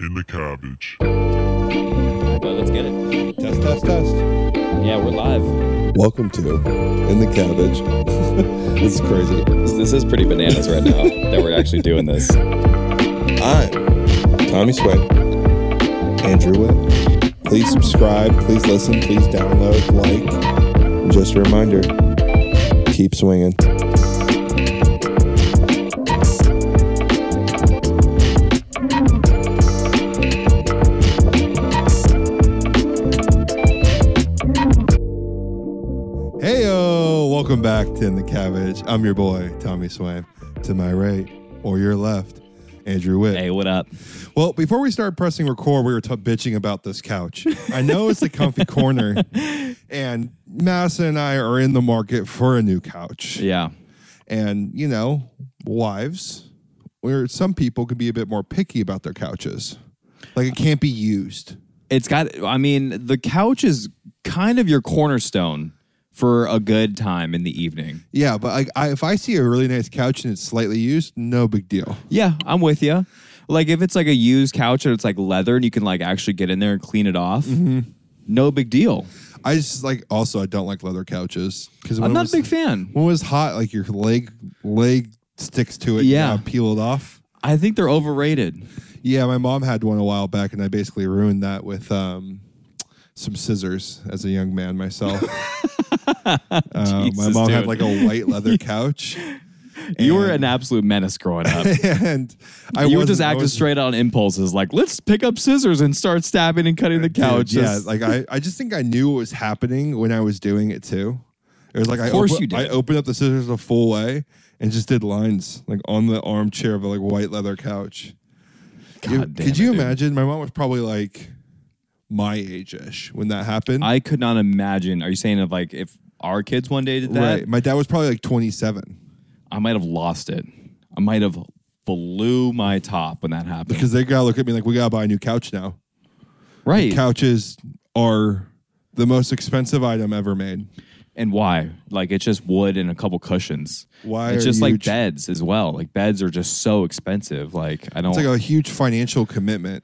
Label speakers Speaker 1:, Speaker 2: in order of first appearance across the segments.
Speaker 1: in the cabbage.
Speaker 2: Well, let's get it.
Speaker 3: Test, test, test.
Speaker 2: Yeah, we're live.
Speaker 3: Welcome to In the Cabbage. this is crazy.
Speaker 2: This, this is pretty bananas right now that we're actually doing this.
Speaker 3: I'm Tommy Sweat, Andrew Witt. Please subscribe, please listen, please download, like. And just a reminder keep swinging. Hey, welcome back to In the Cabbage. I'm your boy, Tommy Swain. To my right or your left, Andrew Witt.
Speaker 2: Hey, what up?
Speaker 3: Well, before we started pressing record, we were t- bitching about this couch. I know it's the comfy corner, and Massa and I are in the market for a new couch.
Speaker 2: Yeah.
Speaker 3: And, you know, wives, where some people could be a bit more picky about their couches. Like it can't be used.
Speaker 2: It's got, I mean, the couch is kind of your cornerstone for a good time in the evening.
Speaker 3: Yeah, but like I, if I see a really nice couch and it's slightly used, no big deal.
Speaker 2: Yeah, I'm with you. Like, if it's like a used couch and it's like leather and you can like actually get in there and clean it off,
Speaker 3: Mm-hmm.
Speaker 2: no big deal.
Speaker 3: I just like also I don't like leather couches because
Speaker 2: I'm not a big fan.
Speaker 3: When it was hot, like your leg leg sticks to it.
Speaker 2: Yeah.
Speaker 3: you gotta peel it off.
Speaker 2: I think they're overrated.
Speaker 3: Yeah, my mom had one a while back, and I basically ruined that with um, some scissors as a young man myself. Uh, my
Speaker 2: Jesus,
Speaker 3: mom
Speaker 2: dude.
Speaker 3: had like a white leather couch,
Speaker 2: You were
Speaker 3: And-
Speaker 2: an absolute menace growing up.
Speaker 3: and I
Speaker 2: you were
Speaker 3: wasn't-
Speaker 2: just
Speaker 3: I
Speaker 2: acting
Speaker 3: was-
Speaker 2: straight on impulses, like let's pick up scissors and start stabbing and cutting the
Speaker 3: Uh, dude,
Speaker 2: couch.
Speaker 3: yeah,
Speaker 2: Just-
Speaker 3: like I, I just think I knew what was happening when I was doing it too. It was like I,
Speaker 2: course
Speaker 3: open-
Speaker 2: you did.
Speaker 3: I opened up the scissors the full way and just did lines like on the armchair of a like white leather couch.
Speaker 2: God
Speaker 3: You-
Speaker 2: damn
Speaker 3: could you
Speaker 2: it, dude.
Speaker 3: imagine? My mom was probably like my age ish when that happened.
Speaker 2: I could not imagine. Are you saying of like if our kids one day did that,
Speaker 3: right. My dad was probably like 27
Speaker 2: I might have lost it. I might have blew my top when that happened.
Speaker 3: because they gotta look at me like we gotta buy a new couch now.
Speaker 2: right.
Speaker 3: Couches are the most expensive item ever made.
Speaker 2: and why? Like it's just wood and a couple cushions.
Speaker 3: Why
Speaker 2: It's
Speaker 3: are
Speaker 2: just
Speaker 3: you
Speaker 2: like
Speaker 3: ch-
Speaker 2: beds as well. Like beds are just so expensive. Like I don't.
Speaker 3: It's like a huge financial commitment.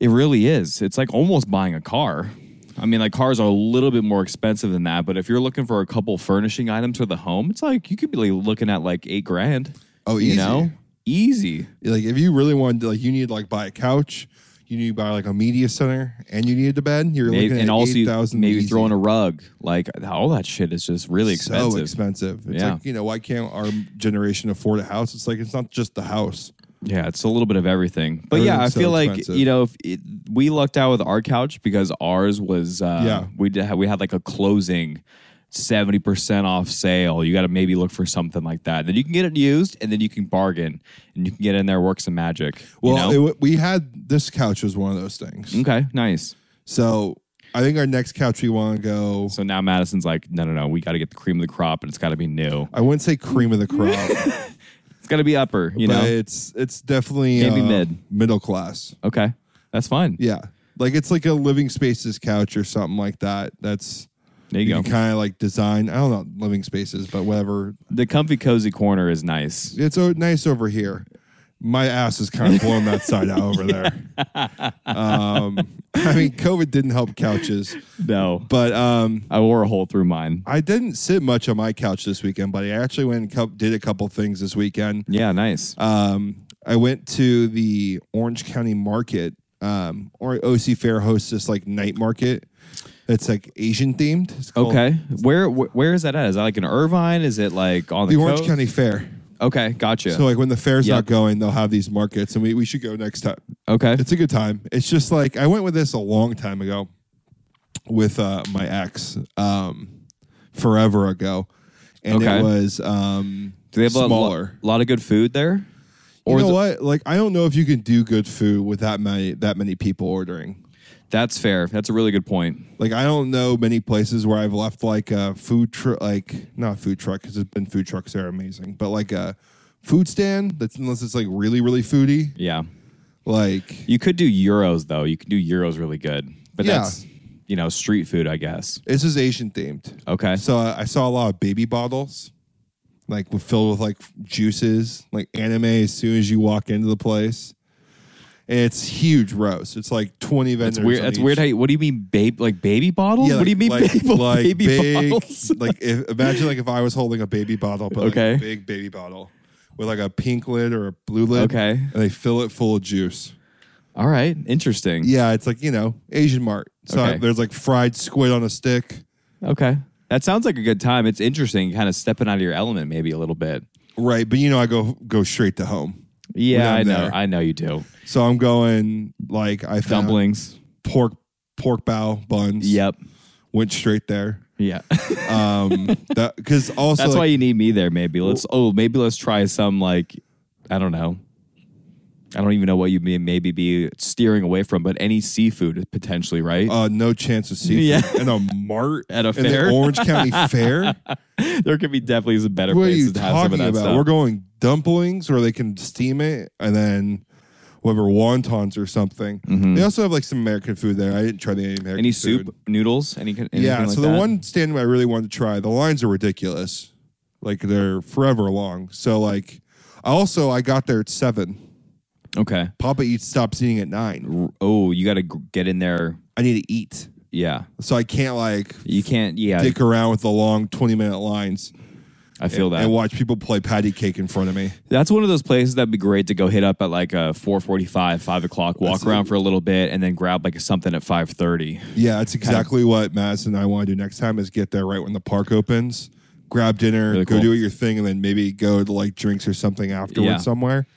Speaker 2: It really is. It's like almost buying a car. I mean, like cars are a little bit more expensive than that, but if you're looking for a couple furnishing items for the home, it's like you could be like looking at like eight grand.
Speaker 3: Oh,
Speaker 2: you
Speaker 3: easy.
Speaker 2: know, easy.
Speaker 3: Like if you really wanted to, like you need to like buy a couch, you need to buy like a media center, and you needed a bed. You're
Speaker 2: Maybe,
Speaker 3: looking
Speaker 2: and
Speaker 3: at
Speaker 2: also
Speaker 3: eight
Speaker 2: you-
Speaker 3: thousand.
Speaker 2: maybe throw in a rug. Like all that shit is just really expensive.
Speaker 3: So expensive. It's
Speaker 2: Yeah.
Speaker 3: like you know why can't our generation afford a house? It's like it's not just the house.
Speaker 2: Yeah, it's a little bit of everything. But yeah, I
Speaker 3: Everything's so
Speaker 2: feel like
Speaker 3: expensive.
Speaker 2: you know, if it, we lucked out with our couch because ours was uh,
Speaker 3: Yeah.
Speaker 2: we did have, we had like a closing. 70% off sale. You got to maybe look for something like that. Then you can get it used and then you can bargain and you can get in there, work some magic.
Speaker 3: Well,
Speaker 2: you know? Mm.
Speaker 3: it w- we had this couch was one of those things.
Speaker 2: okay, nice.
Speaker 3: So I think our next couch we want to go.
Speaker 2: So now Madison's like, no, no, no, we got to get the cream of the crop and it's got to be new.
Speaker 3: I wouldn't say cream of the crop,
Speaker 2: It's got to be upper, you
Speaker 3: but
Speaker 2: know?
Speaker 3: it's it's definitely uh,
Speaker 2: Can't be mid.
Speaker 3: middle class.
Speaker 2: Okay, that's fine.
Speaker 3: Yeah, like it's like a living spaces couch or something like that. That's
Speaker 2: There you,
Speaker 3: you
Speaker 2: go.
Speaker 3: can kind of like design. I don't know living spaces, but whatever.
Speaker 2: the comfy, cozy corner is nice.
Speaker 3: It's o- nice over here. My ass is kind of blowing that side out over there. Um, I mean, COVID didn't help couches,
Speaker 2: No,
Speaker 3: but um,
Speaker 2: I wore a hole through mine.
Speaker 3: I didn't sit much on my couch this weekend, but I actually went and cou- did a couple things this weekend.
Speaker 2: Yeah, nice. Uh,
Speaker 3: Um, I went to the Orange County Market, um, or OC Fair hosts this like night market. It's like Asian themed. It's called
Speaker 2: Okay, where wh- where is that at? Is that like in Irvine? Is it like on the,
Speaker 3: The Orange
Speaker 2: coast?
Speaker 3: County Fair.
Speaker 2: Okay, gotcha.
Speaker 3: So like when the fair's
Speaker 2: Yep.
Speaker 3: not going, they'll have these markets, and we, we should go next time.
Speaker 2: okay,
Speaker 3: It's a good time. It's just like I went with this a long time ago with uh, my ex, um, forever ago, and
Speaker 2: Okay.
Speaker 3: it was um,
Speaker 2: do they have
Speaker 3: smaller.
Speaker 2: a lo- lot of good food there?
Speaker 3: Or
Speaker 2: Or
Speaker 3: you know
Speaker 2: the-
Speaker 3: what? Like, I don't know if you can do good food with that many that many people ordering.
Speaker 2: That's fair. That's a really good point.
Speaker 3: Like, I don't know many places where I've left like a food truck, like not food truck because there's been food trucks that are amazing, but like a food stand that's unless it's like really really foodie.
Speaker 2: Yeah,
Speaker 3: Like,
Speaker 2: you could do euros though. You can do euros really good, but
Speaker 3: Yeah.
Speaker 2: that's you know street food, I guess.
Speaker 3: this is Asian themed.
Speaker 2: Okay,
Speaker 3: So I I saw a lot of baby bottles, like with- filled with like juices, like anime. As soon as you walk into the place, and it's huge roast. It's like twenty vendors.
Speaker 2: That's weird.
Speaker 3: on
Speaker 2: That's
Speaker 3: each.
Speaker 2: weird. How you, what do you mean, babe? Like baby bottles?
Speaker 3: Yeah,
Speaker 2: what do you mean,
Speaker 3: like,
Speaker 2: babe-
Speaker 3: like
Speaker 2: baby
Speaker 3: big,
Speaker 2: bottles?
Speaker 3: like if, imagine like if I was holding a baby bottle, but
Speaker 2: Okay.
Speaker 3: like a big baby bottle with like a pink lid or a blue lid.
Speaker 2: Okay.
Speaker 3: and they fill it full of juice.
Speaker 2: All right, interesting.
Speaker 3: Yeah, it's like you know Asian Mart. So
Speaker 2: Okay.
Speaker 3: there's like fried squid on a stick.
Speaker 2: Okay, that sounds like a good time. It's interesting, kind of stepping out of your element, maybe a little bit.
Speaker 3: Right, but you know I go go straight to home.
Speaker 2: Yeah,
Speaker 3: I'm
Speaker 2: I know.
Speaker 3: there.
Speaker 2: I know you do.
Speaker 3: So I'm going like I found
Speaker 2: Dumplings.
Speaker 3: pork pork bow buns.
Speaker 2: Yep.
Speaker 3: went straight there.
Speaker 2: Yeah.
Speaker 3: Um, that because also
Speaker 2: That's
Speaker 3: like,
Speaker 2: why you need me there. Maybe let's. Oh, maybe let's try some like, I don't know. I don't even know what you may maybe be steering away from, but any seafood potentially, right?
Speaker 3: uh, no chance of seafood
Speaker 2: Yeah.
Speaker 3: in a mart
Speaker 2: At a
Speaker 3: in the
Speaker 2: fair.
Speaker 3: Orange County Fair.
Speaker 2: there could be definitely some better
Speaker 3: what are
Speaker 2: places
Speaker 3: you
Speaker 2: to have some of
Speaker 3: talking
Speaker 2: that
Speaker 3: about?
Speaker 2: stuff.
Speaker 3: We're going dumplings where they can steam it and then whatever wontons or something. They also have like some American food there. I didn't try the American
Speaker 2: Mm-hmm. Mm. any
Speaker 3: food.
Speaker 2: soup, noodles, any anything
Speaker 3: Yeah,
Speaker 2: like
Speaker 3: so the
Speaker 2: that?
Speaker 3: one stand I really wanted to try, the lines are ridiculous. Like they're forever long. So like I also I got there at seven.
Speaker 2: Okay.
Speaker 3: Papa Eats stops eating at nine.
Speaker 2: R- Oh, you got to get in there.
Speaker 3: I need to eat.
Speaker 2: Yeah.
Speaker 3: So I can't like
Speaker 2: You can't. Yeah.
Speaker 3: dick around with the long 20 minute lines
Speaker 2: I feel that.
Speaker 3: and watch people play patty cake in front of me.
Speaker 2: That's one of those places that'd be great to go hit up at like a 4:45, 5 o'clock, walk
Speaker 3: That's-
Speaker 2: around for a little bit, and then grab like something at 5:30.
Speaker 3: Yeah, that's exactly what Madison and I want to do next time is get there right when the park opens, grab dinner,
Speaker 2: Really
Speaker 3: go
Speaker 2: cool.
Speaker 3: do your thing, and then maybe go to like drinks or something afterwards
Speaker 2: Yeah.
Speaker 3: somewhere.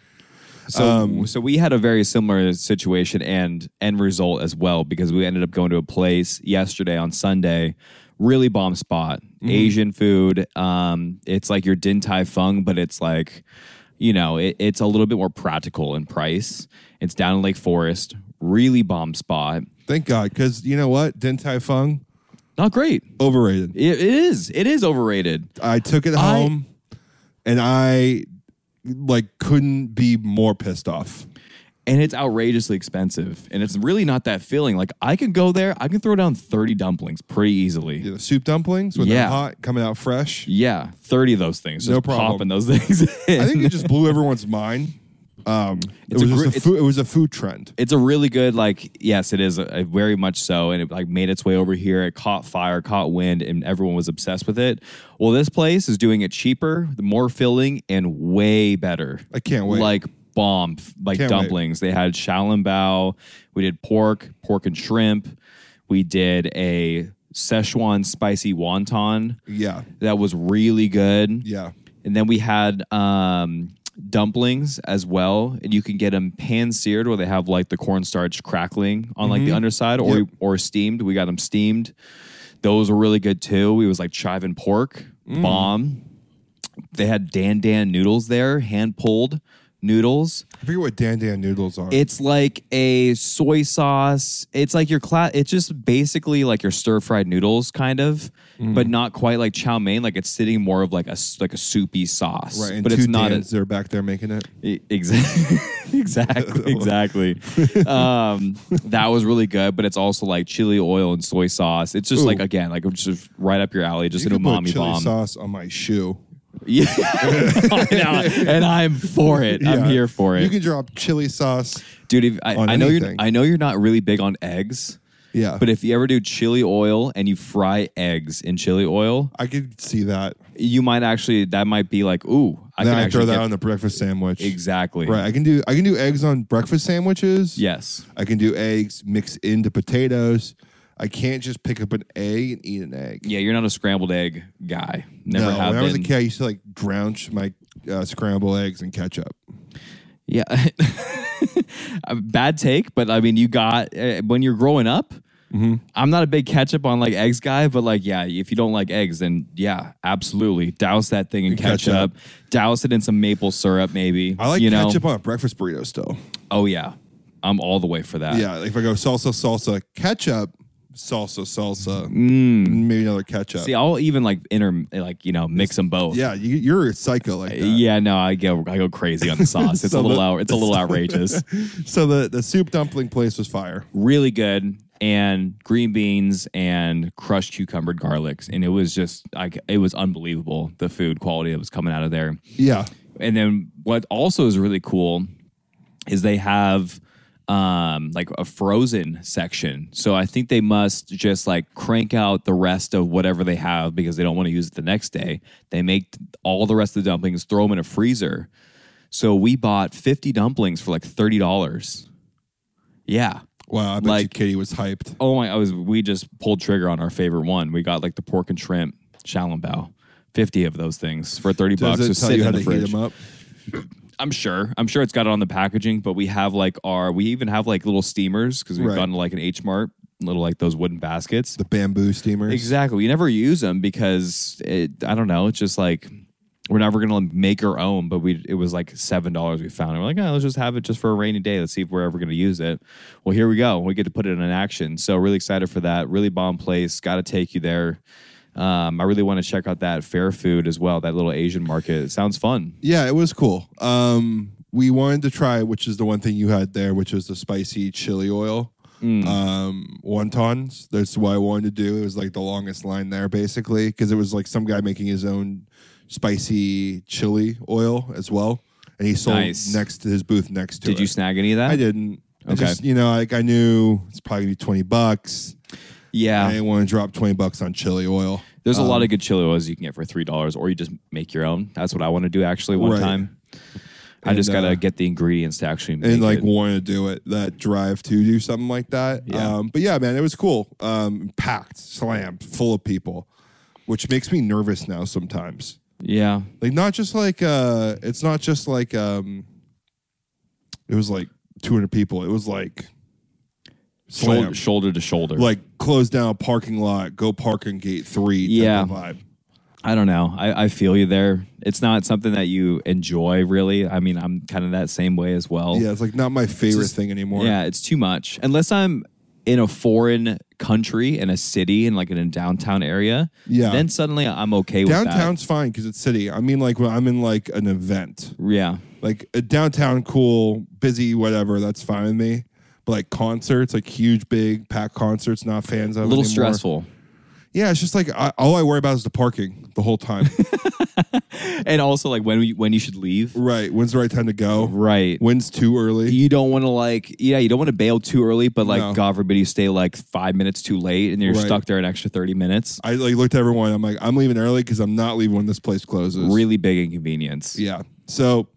Speaker 2: So, so we had a very similar situation and end result as well because we ended up going to a place yesterday on Sunday, really bomb spot, Asian food. Um, it's like your din tai fung, but it's like, you know, it, it's a little bit more practical in price. It's down in Lake Forest, really bomb spot.
Speaker 3: Thank God, because you know what? Din Tai Fung,
Speaker 2: Not great.
Speaker 3: overrated.
Speaker 2: It- it is. It is overrated.
Speaker 3: I took it
Speaker 2: I-
Speaker 3: home and I like couldn't be more pissed off.
Speaker 2: and it's outrageously expensive and it's really not that feeling like i could go there i can throw down 30 dumplings pretty easily yeah,
Speaker 3: The soup dumplings when they're
Speaker 2: Yeah.
Speaker 3: hot, coming out fresh.
Speaker 2: 30 of those things just
Speaker 3: No problem.
Speaker 2: popping those things in.
Speaker 3: I think it just blew everyone's mind. Um, it
Speaker 2: It's
Speaker 3: was
Speaker 2: a gr-
Speaker 3: just a
Speaker 2: it's-
Speaker 3: food, it was a food trend.
Speaker 2: it's a really good like yes it is uh very much so and it like made its way over here it caught fire caught wind and everyone was obsessed with it well this place is doing it cheaper more filling and way better
Speaker 3: I can't wait.
Speaker 2: like bomb f- like
Speaker 3: Can't wait.
Speaker 2: dumplings they had shaolin bao we did pork pork and shrimp we did a szechuan spicy wonton
Speaker 3: yeah,
Speaker 2: that was really good
Speaker 3: yeah.
Speaker 2: and then we had um, dumplings as well, and you can get them pan seared, where they have like the cornstarch crackling on like the underside, or
Speaker 3: Yep.
Speaker 2: or steamed. We got them steamed. Those were really good too. We was like chive and pork, bomb. They had dan dan noodles there, hand pulled noodles.
Speaker 3: I forget what Dan Dan noodles are.
Speaker 2: It's like a soy sauce. It's like your class. It's just basically like your stir fried noodles, kind of,
Speaker 3: Mm.
Speaker 2: but not quite like chow mein. Like it's sitting more of like a s- like a soupy sauce,
Speaker 3: right, and
Speaker 2: but
Speaker 3: two
Speaker 2: it's not
Speaker 3: Dans they're back there making it.
Speaker 2: a, exactly exactly exactly. um, that was really good, but it's also like chili oil and soy sauce. It's just like
Speaker 3: Ooh.
Speaker 2: again, like just right up your alley, just
Speaker 3: You
Speaker 2: an
Speaker 3: could put
Speaker 2: umami
Speaker 3: chili
Speaker 2: bomb.
Speaker 3: sauce on my shoe.
Speaker 2: Yeah, I know. and I'm for it. I'm
Speaker 3: Yeah.
Speaker 2: here for it.
Speaker 3: You can drop chili sauce.
Speaker 2: dude. If, I,
Speaker 3: On
Speaker 2: I know you're.
Speaker 3: anything.
Speaker 2: I know you're not really big on eggs,
Speaker 3: Yeah,
Speaker 2: but if you ever do chili oil and you fry eggs in chili oil,
Speaker 3: I could see that.
Speaker 2: you might actually that might be like, ooh, I
Speaker 3: then
Speaker 2: can
Speaker 3: I
Speaker 2: actually
Speaker 3: throw that
Speaker 2: get-
Speaker 3: on the breakfast sandwich.
Speaker 2: exactly.
Speaker 3: Right, I can do I can do eggs on breakfast sandwiches.
Speaker 2: Yes.
Speaker 3: I can do eggs mixed into potatoes. I can't just pick up an egg and eat an egg.
Speaker 2: Yeah, you're not a scrambled egg guy. Never
Speaker 3: no,
Speaker 2: have
Speaker 3: when I was a
Speaker 2: been.
Speaker 3: kid, I used to like drench my uh, scrambled eggs in ketchup.
Speaker 2: Yeah. A Bad take, but I mean, you got uh, when you're growing up.
Speaker 3: Mm-hmm.
Speaker 2: I'm not a big ketchup on like eggs guy, but like, yeah, if you don't like eggs, then yeah, absolutely douse that thing in
Speaker 3: Ketchup.
Speaker 2: ketchup, douse it in some maple syrup, maybe.
Speaker 3: I like
Speaker 2: you know?
Speaker 3: ketchup on a breakfast burrito still.
Speaker 2: Oh yeah, I'm all the way for that.
Speaker 3: Yeah, if I go salsa, salsa, ketchup, salsa, salsa, maybe another ketchup.
Speaker 2: Mm. See, I'll even like inter, like you know, mix them both.
Speaker 3: yeah, you, you're a psycho like that.
Speaker 2: Yeah, no, I go, I go crazy on the sauce. It's a
Speaker 3: So
Speaker 2: little,
Speaker 3: the-
Speaker 2: out, it's a little outrageous.
Speaker 3: So the, the soup dumpling place was fire.
Speaker 2: really good and green beans and crushed cucumber garlics and it was just like it was unbelievable the food quality that was coming out of there
Speaker 3: Yeah.
Speaker 2: and then what also is really cool is they have um, like a frozen section. So I think they must just like crank out the rest of whatever they have because they don't want to use it the next day. They make all the rest of the dumplings, throw them in a freezer. So we bought 50 dumplings for like $30. Yeah.
Speaker 3: Wow, I bet you
Speaker 2: Like-
Speaker 3: Katie was hyped.
Speaker 2: Oh my! I was. We just pulled trigger on our favorite one. We got like the pork and shrimp bao, fifty of those things for thirty
Speaker 3: Does
Speaker 2: bucks.
Speaker 3: it
Speaker 2: Just
Speaker 3: tell
Speaker 2: sitting
Speaker 3: you how
Speaker 2: in
Speaker 3: to
Speaker 2: the
Speaker 3: heat
Speaker 2: fridge.
Speaker 3: them up?
Speaker 2: I'm sure. I'm sure it's got it on the packaging. But we have like our. We even have like little steamers because we've
Speaker 3: Right.
Speaker 2: gone to like an H Mart, little like those wooden baskets.
Speaker 3: The bamboo steamers.
Speaker 2: Exactly. We never use them because it, I don't know. It's just like we're never gonna make our own. But we it was like seven dollars we found. And we're like, oh, let's just have it just for a rainy day. Let's see if we're ever gonna use it. Well, here we go. We get to put it in action. So really excited for that. Really bomb place. Got to take you there. Um, I really want to check out that fair food as well. That little Asian market. It sounds fun.
Speaker 3: Yeah, it was cool. Um, we wanted to try, which is the one thing you had there, which was the spicy chili oil
Speaker 2: Mm.
Speaker 3: um, wontons. That's what I wanted to do. It was like the longest line there, basically, because it was like some guy making his own spicy chili oil as well, and he sold
Speaker 2: Nice.
Speaker 3: next to his booth next to.
Speaker 2: Did
Speaker 3: it.
Speaker 2: you snag any of that?
Speaker 3: I didn't. I
Speaker 2: Okay.
Speaker 3: just, you know, like I knew it's probably gonna be twenty bucks. I
Speaker 2: Yeah.
Speaker 3: didn't want to drop twenty bucks on chili oil.
Speaker 2: Ah. There's a
Speaker 3: Um,
Speaker 2: lot of good chili oils you can get for three dollars, or you just make your own. That's what I want to do actually one
Speaker 3: Right.
Speaker 2: time. I
Speaker 3: And,
Speaker 2: just gotta
Speaker 3: uh,
Speaker 2: get the ingredients to actually make
Speaker 3: and like
Speaker 2: it.
Speaker 3: want to do it that drive to do something like that
Speaker 2: Yeah.
Speaker 3: um but yeah man it was cool um packed slammed full of people which makes me nervous now sometimes
Speaker 2: Yeah,
Speaker 3: like not just like uh it's not just like um it was like 200 people it was like
Speaker 2: shoulder,
Speaker 3: slam
Speaker 2: shoulder to shoulder.
Speaker 3: like close down a parking lot go parking gate three type
Speaker 2: Yeah.
Speaker 3: of vibe
Speaker 2: I don't know. I, I feel you there. It's not something that you enjoy really. I mean, I'm kind of that same way as well.
Speaker 3: yeah it's like not my favorite thing anymore
Speaker 2: Yeah, it's too much. Unless I'm in a foreign country in a city and like in a downtown area.
Speaker 3: Yeah.
Speaker 2: Then suddenly I'm okay with that.
Speaker 3: downtown's fine because it's city i mean like when i'm in like an event
Speaker 2: Yeah.
Speaker 3: like a downtown cool busy whatever that's fine with me but like concerts like huge big packed concerts not fans of
Speaker 2: A little
Speaker 3: anymore.
Speaker 2: stressful.
Speaker 3: yeah it's just like I, all i worry about is the parking the whole time
Speaker 2: And also like when we, when you should leave.
Speaker 3: right when's the right time to go
Speaker 2: Right.
Speaker 3: when's too early
Speaker 2: you don't want to like yeah you don't want to bail too early but like
Speaker 3: No.
Speaker 2: god forbid you stay like five minutes too late and you're
Speaker 3: Right.
Speaker 2: stuck there an extra 30 minutes
Speaker 3: i like looked at everyone i'm like i'm leaving early because i'm not leaving when this place closes
Speaker 2: really big inconvenience
Speaker 3: yeah so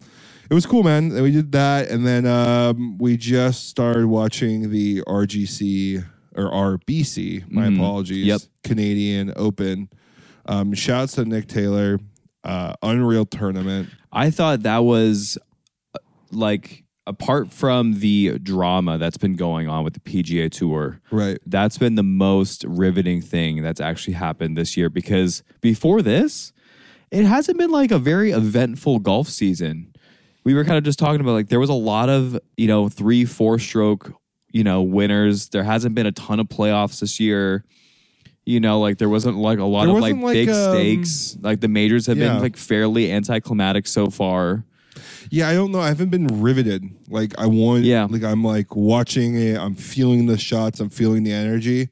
Speaker 3: it was cool man and we did that and then um, we just started watching the rgc or rbc my apologies
Speaker 2: Mm-hmm. Yep.
Speaker 3: canadian open um, shouts to nick taylor uh, unreal tournament
Speaker 2: i thought that was uh, like apart from the drama that's been going on with the pga tour
Speaker 3: right
Speaker 2: that's been the most riveting thing that's actually happened this year because before this, it hasn't been like a very eventful golf season. We were kind of just talking about like there was a lot of, you know, three, four stroke, you know, winners. There hasn't been a ton of playoffs this year. You know, like there wasn't like a lot
Speaker 3: There
Speaker 2: of like,
Speaker 3: wasn't, like,
Speaker 2: big
Speaker 3: um,
Speaker 2: stakes. Like the majors have
Speaker 3: yeah.
Speaker 2: been like fairly anticlimactic so far.
Speaker 3: yeah i don't know i haven't been riveted like i want
Speaker 2: Yeah.
Speaker 3: like i'm like watching it i'm feeling the shots i'm feeling the energy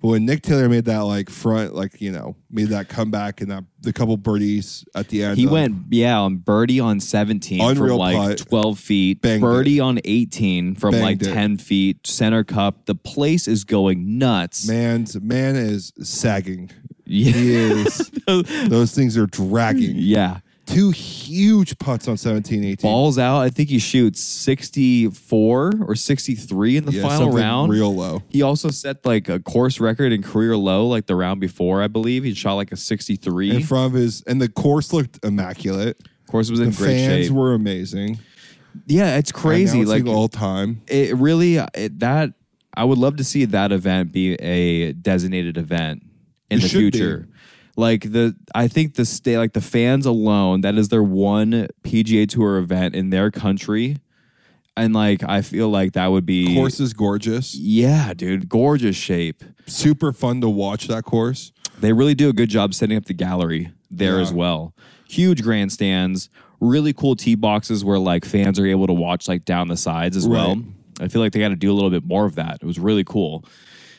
Speaker 3: but when nick taylor made that like front like you know made that comeback and that the couple birdies at the end
Speaker 2: He
Speaker 3: um,
Speaker 2: went, yeah, on birdie on 17
Speaker 3: Unreal
Speaker 2: from like
Speaker 3: putt.
Speaker 2: 12 feet,
Speaker 3: Banged
Speaker 2: birdie on 18 from like
Speaker 3: Banged it.
Speaker 2: 10 feet, center cup. The place is going nuts.
Speaker 3: man's man is sagging
Speaker 2: Yeah.
Speaker 3: He is. Those things are dragging.
Speaker 2: yeah.
Speaker 3: Two huge putts on 17, 18.
Speaker 2: Balls out. I think he shoots 64 or 63 in the
Speaker 3: Yeah,
Speaker 2: final
Speaker 3: something
Speaker 2: round.
Speaker 3: Real low.
Speaker 2: He also set like a course record and career low like the round before, I believe. He shot like a 63.
Speaker 3: In front of his, and the course looked immaculate.
Speaker 2: course was in
Speaker 3: The
Speaker 2: great
Speaker 3: fans
Speaker 2: shape.
Speaker 3: were amazing.
Speaker 2: yeah, it's crazy.
Speaker 3: Announcing
Speaker 2: Like
Speaker 3: all time.
Speaker 2: it really it, that I would love to see that event be a designated event in
Speaker 3: It
Speaker 2: the
Speaker 3: should be.
Speaker 2: future. Like the I think the state like the fans alone that is their one PGA Tour event in their country. And like I feel like that would be
Speaker 3: Course is gorgeous.
Speaker 2: Yeah, dude, gorgeous shape.
Speaker 3: Super fun to watch that course.
Speaker 2: They really do a good job setting up the gallery there
Speaker 3: Yeah.
Speaker 2: as well. Huge grandstands, really cool tee boxes where like fans are able to watch like down the sides as well.
Speaker 3: Right.
Speaker 2: I feel like they got to do a little bit more of that. It was really cool.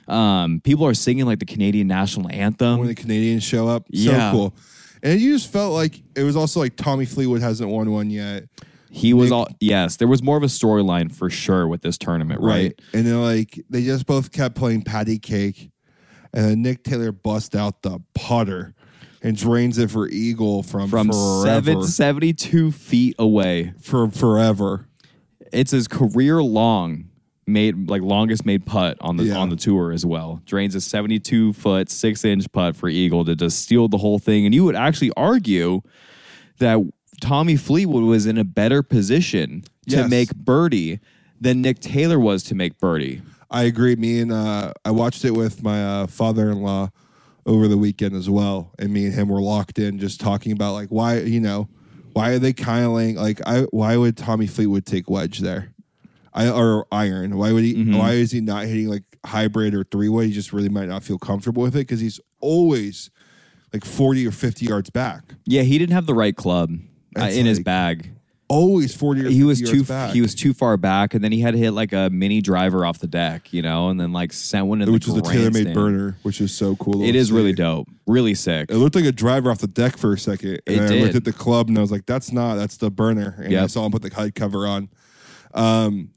Speaker 2: Um, people are singing like the Canadian national anthem.
Speaker 3: When the Canadians show up. So
Speaker 2: Yeah.
Speaker 3: cool. And you just felt like it was also like Tommy Fleetwood hasn't won one yet.
Speaker 2: He was all yes. There was more of a storyline for sure with this tournament, right?
Speaker 3: And they're like, they just both kept playing patty cake. And then Nick Taylor busts out the putter and drains it for Eagle from,
Speaker 2: From
Speaker 3: forever.
Speaker 2: seven, 72 feet away,
Speaker 3: for forever.
Speaker 2: it's his career long made like longest made putt on the
Speaker 3: Yeah.
Speaker 2: on the tour as well. Drains a 72 foot six inch putt for Eagle to just steal the whole thing. And you would actually argue that Tommy Fleetwood was in a better position to
Speaker 3: Yes.
Speaker 2: make birdie than Nick Taylor was to make birdie.
Speaker 3: I agree. Me and uh, I watched it with my uh, father-in-law over the weekend as well, and me and him were locked in just talking about like why you know why are they kindling like I why would Tommy Fleetwood take wedge there, I or iron? Why would he?
Speaker 2: Mm-hmm.
Speaker 3: Why is he not hitting like hybrid or three way? He just really might not feel comfortable with it because he's always like forty or fifty yards back.
Speaker 2: Yeah, he didn't have the right club uh,
Speaker 3: That's
Speaker 2: in his
Speaker 3: like-
Speaker 2: bag.
Speaker 3: Always forty. Or
Speaker 2: He was
Speaker 3: 50
Speaker 2: too
Speaker 3: yards back.
Speaker 2: he was too far back, and then he had to hit like a mini driver off the deck, you know, and then like sent one in
Speaker 3: which
Speaker 2: the
Speaker 3: is a tailor-made
Speaker 2: grandstand.
Speaker 3: burner, which is so cool.
Speaker 2: It
Speaker 3: to
Speaker 2: is really
Speaker 3: see.
Speaker 2: dope, really sick.
Speaker 3: It looked like a driver off the deck for a second. And
Speaker 2: It
Speaker 3: then I
Speaker 2: did.
Speaker 3: looked at the club and I was like, that's not, that's the burner. And I
Speaker 2: Yep.
Speaker 3: saw him put the hide cover on. Um,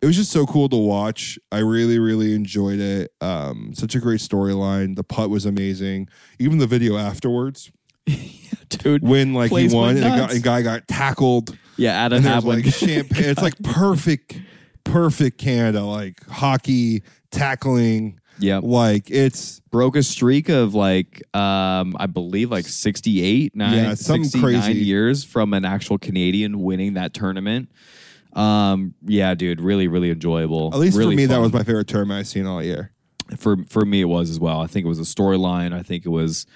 Speaker 3: it was just so cool to watch. I really, really enjoyed it. Um, such a great storyline. The putt was amazing. Even the video afterwards,
Speaker 2: dude.
Speaker 3: when like
Speaker 2: Plays
Speaker 3: he won
Speaker 2: went
Speaker 3: and a, guy,
Speaker 2: nuts.
Speaker 3: a guy got tackled
Speaker 2: yeah, Adam
Speaker 3: and there's
Speaker 2: Hadwin.
Speaker 3: like champagne. It's like perfect, perfect Canada, like hockey, tackling.
Speaker 2: Yep.
Speaker 3: Like it's
Speaker 2: broke a streak of like um I believe like 68 nine,
Speaker 3: Yeah, something
Speaker 2: 69
Speaker 3: crazy.
Speaker 2: years from an actual Canadian winning that tournament. Um yeah, dude, really really enjoyable.
Speaker 3: at least
Speaker 2: really
Speaker 3: for me, that
Speaker 2: fun.
Speaker 3: was my favorite term I've seen all year.
Speaker 2: for for me it was as well. I think it was a storyline. I think it was,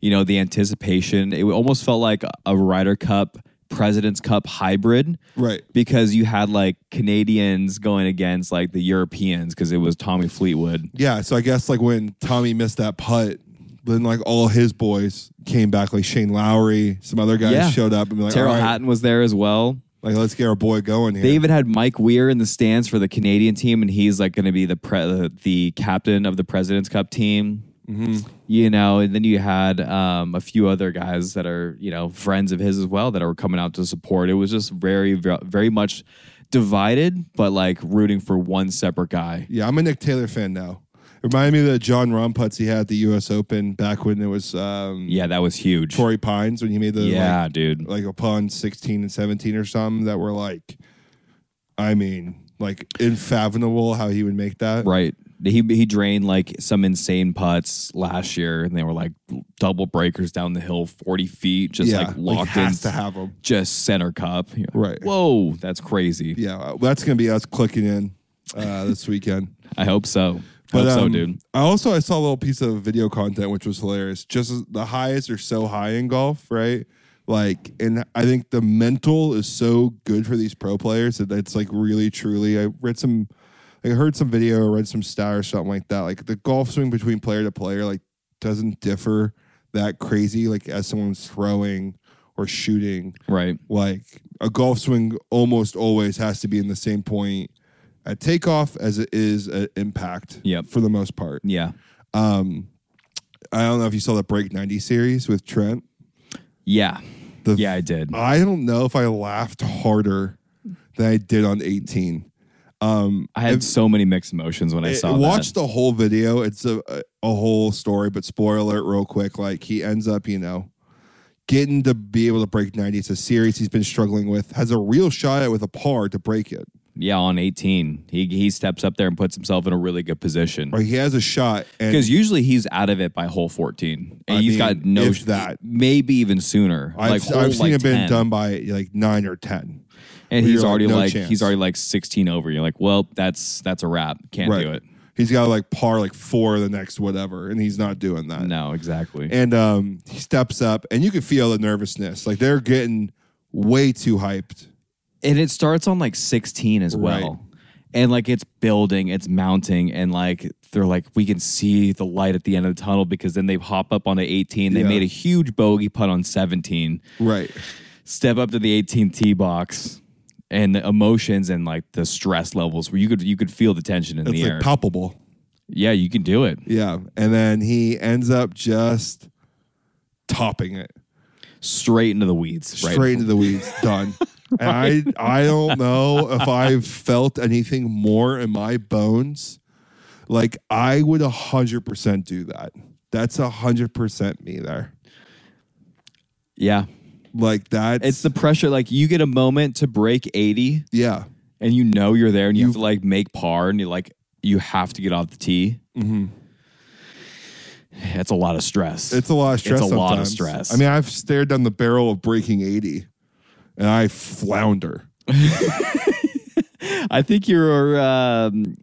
Speaker 2: you know, the anticipation. It almost felt like a Ryder Cup, President's Cup hybrid,
Speaker 3: Right.
Speaker 2: Because you had like Canadians going against like the Europeans because it was Tommy Fleetwood.
Speaker 3: Yeah, so I guess like when Tommy missed that putt, then like all his boys came back, like Shane Lowry, some other guys
Speaker 2: Yeah.
Speaker 3: showed up and be like,
Speaker 2: Terrell
Speaker 3: all right,
Speaker 2: Hatton was there as well.
Speaker 3: like let's get our boy going here.
Speaker 2: They even had Mike Weir in the stands for the Canadian team, and he's like going to be the pre- the captain of the Presidents Cup team.
Speaker 3: Mm-hmm.
Speaker 2: You know, and then you had um, a few other guys that are you know friends of his as well that are coming out to support. It was just very ver- very much divided, but like rooting for one separate guy.
Speaker 3: yeah, I'm a Nick Taylor fan now. It reminded me of the John Rom putts he had at the U.S. Open back when it was um,
Speaker 2: Yeah, that was huge.
Speaker 3: Torrey Pines when he made the
Speaker 2: yeah,
Speaker 3: like,
Speaker 2: dude.
Speaker 3: like upon 16 and 17 or something that were like, I mean, like unfathomable how he would make that.
Speaker 2: Right. He he drained like some insane putts last year, and they were like double breakers down the hill, forty feet, just
Speaker 3: yeah,
Speaker 2: like locked
Speaker 3: has
Speaker 2: in
Speaker 3: to have him.
Speaker 2: just center cup. You're like,
Speaker 3: Right.
Speaker 2: Whoa, that's crazy.
Speaker 3: Yeah, uh, that's gonna be us clicking in uh, this weekend.
Speaker 2: I hope so. hope so,
Speaker 3: um,
Speaker 2: dude.
Speaker 3: I also I saw a little piece of video content which was hilarious. Just the highs are so high in golf, right? Like, and I think the mental is so good for these pro players that it's like really truly. I read some, I heard some video, or read some stat or something like that. Like the golf swing between player to player like doesn't differ that crazy. Like as someone's throwing or shooting,
Speaker 2: Right.
Speaker 3: like a golf swing almost always has to be in the same point at takeoff as it is at impact
Speaker 2: Yep.
Speaker 3: for the most part.
Speaker 2: Yeah.
Speaker 3: I don't know if you saw the Break 90 series with Trent.
Speaker 2: Yeah.
Speaker 3: The-
Speaker 2: yeah, I did.
Speaker 3: I don't know if I laughed harder than I did on 18.
Speaker 2: I had so many mixed emotions when I
Speaker 3: It-
Speaker 2: saw
Speaker 3: Eh, watch
Speaker 2: that.
Speaker 3: the whole video. It's a, a a whole story, but spoiler alert real quick. Like he ends up, you know, getting to be able to break 90. It's a series he's been struggling with, has a real shot at it with a par to break it.
Speaker 2: Yeah, on 18, he he steps up there and puts himself in a really good position.
Speaker 3: Or he has a shot and
Speaker 2: Because usually he's out of it by hole 14. And
Speaker 3: I
Speaker 2: he's
Speaker 3: mean,
Speaker 2: got no
Speaker 3: if that.
Speaker 2: maybe even sooner.
Speaker 3: I've,
Speaker 2: like hole
Speaker 3: I've seen
Speaker 2: like
Speaker 3: it been
Speaker 2: 10.
Speaker 3: done by like nine or ten.
Speaker 2: And
Speaker 3: where
Speaker 2: he's
Speaker 3: you're like,
Speaker 2: already
Speaker 3: no
Speaker 2: like
Speaker 3: chance.
Speaker 2: he's already like 16 over. You're like, well, that's that's a wrap. Can't do it.
Speaker 3: He's got like par like four of the next whatever, and he's not doing that.
Speaker 2: No, exactly.
Speaker 3: And um, he steps up, and you can feel the nervousness. Like they're getting way too hyped.
Speaker 2: and it starts on like 16 as well
Speaker 3: Right.
Speaker 2: and like it's building it's mounting and like they're like we can see the light at the end of the tunnel because then they hop up onto 18 they
Speaker 3: Yeah.
Speaker 2: made a huge bogey putt on 17
Speaker 3: Right.
Speaker 2: step up to the 18 tee box and the emotions and like the stress levels where you could you could feel the tension in
Speaker 3: It's
Speaker 2: the
Speaker 3: like
Speaker 2: air
Speaker 3: palpable.
Speaker 2: yeah you can do it
Speaker 3: Yeah. And then he ends up just topping it.
Speaker 2: straight into the weeds. Right?
Speaker 3: straight into the weeds. Done. And I I don't know if I've felt anything more in my bones. Like I would hundred percent do that. That's hundred percent me there.
Speaker 2: yeah.
Speaker 3: Like that.
Speaker 2: It's the pressure. Like you get a moment to break 80
Speaker 3: yeah.
Speaker 2: and you know you're there and you, have
Speaker 3: You-
Speaker 2: to like make par and you like, you have to get off the tee.
Speaker 3: Mhm.
Speaker 2: It's a lot of stress.
Speaker 3: It's a lot of
Speaker 2: It's
Speaker 3: stress.
Speaker 2: a lot of
Speaker 3: sometimes.
Speaker 2: stress.
Speaker 3: I mean, I've stared down the barrel of breaking eighty, and I flounder.
Speaker 2: I think you were, um,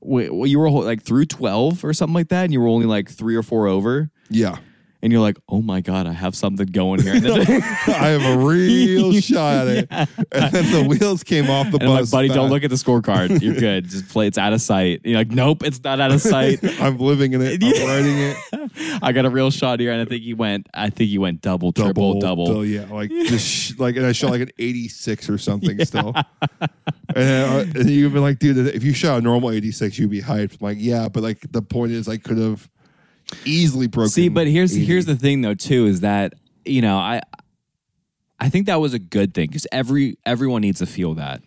Speaker 2: wait, well, you were like through 12 or something like that. And you were only like three or four over.
Speaker 3: Yeah,
Speaker 2: And you're like, oh my God, I have something going here. And then-
Speaker 3: I have a real shot at it. And then the wheels came off the
Speaker 2: And I'm like,
Speaker 3: bus.
Speaker 2: buddy, don't
Speaker 3: fast.
Speaker 2: look at the scorecard. You're good. Just play. It's out of sight. You're like, nope, it's not out of sight.
Speaker 3: I'm living in it. I'm writing it.
Speaker 2: I got a real shot here, and I think he went. I think he went double, triple, double.
Speaker 3: yeah, like just sh- like, and I shot like an 86 or something still. And, uh, and you've been like, dude, if you shot a normal 86, you'd be hyped. I'm like, yeah, but like the point is, I could have easily broken.
Speaker 2: See, but here's
Speaker 3: 80.
Speaker 2: here's the thing though too is that you know I I think that was a good thing because every everyone needs to feel that.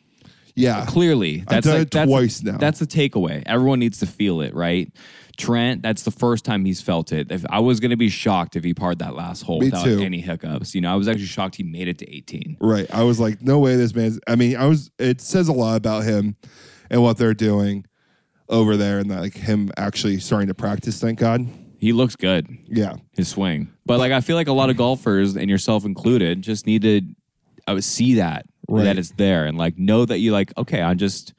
Speaker 3: yeah,
Speaker 2: Clearly, that's
Speaker 3: done
Speaker 2: like,
Speaker 3: it
Speaker 2: that's,
Speaker 3: twice now.
Speaker 2: That's the takeaway. Everyone needs to feel it, right? Trent, that's the first time he's felt it. If I was gonna be shocked if he parred that last hole
Speaker 3: Me
Speaker 2: without
Speaker 3: too.
Speaker 2: any hiccups, you know, I was actually shocked he made it to 18.
Speaker 3: right. I was like, no way, this man's. I mean, I was. It says a lot about him and what they're doing over there, and that, like him actually starting to practice. Thank God.
Speaker 2: He looks good.
Speaker 3: Yeah,
Speaker 2: his swing. But like I feel like a lot of golfers and yourself included just need to I would see that
Speaker 3: Right.
Speaker 2: that it's there and like know that you like okay I'm just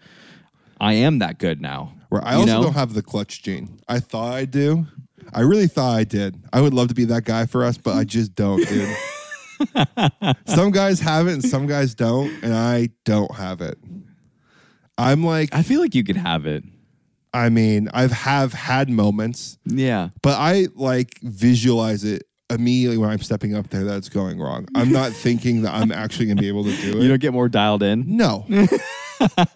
Speaker 2: I am that good now.
Speaker 3: Right. I
Speaker 2: You
Speaker 3: also
Speaker 2: know?
Speaker 3: don't have the clutch gene. I thought I do. I really thought I did. I would love to be that guy for us, but I just don't, dude. some guys have it and some guys don't, and I don't have it. I'm like,
Speaker 2: I feel like you could have it.
Speaker 3: I mean, I've have had moments,
Speaker 2: Yeah.
Speaker 3: but I like visualize it immediately when I'm stepping up there that it's going wrong. I'm not thinking that I'm actually gonna be able to do it.
Speaker 2: You don't get more dialed in.
Speaker 3: No.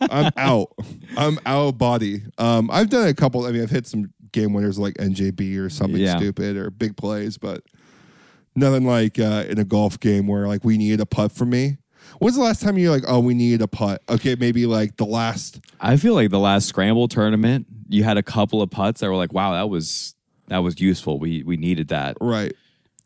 Speaker 3: I'm out. I'm out body. Um, I've done a couple. I mean, I've hit some game winners like NJB or something
Speaker 2: Yeah.
Speaker 3: stupid or big plays, but nothing like uh, in a golf game where like we needed a putt from me. When's the last time you're like, oh, we needed a putt? Okay, maybe like the last.
Speaker 2: I feel like the last scramble tournament, you had a couple of putts that were like, wow, that was that was useful. We we needed that.
Speaker 3: Right.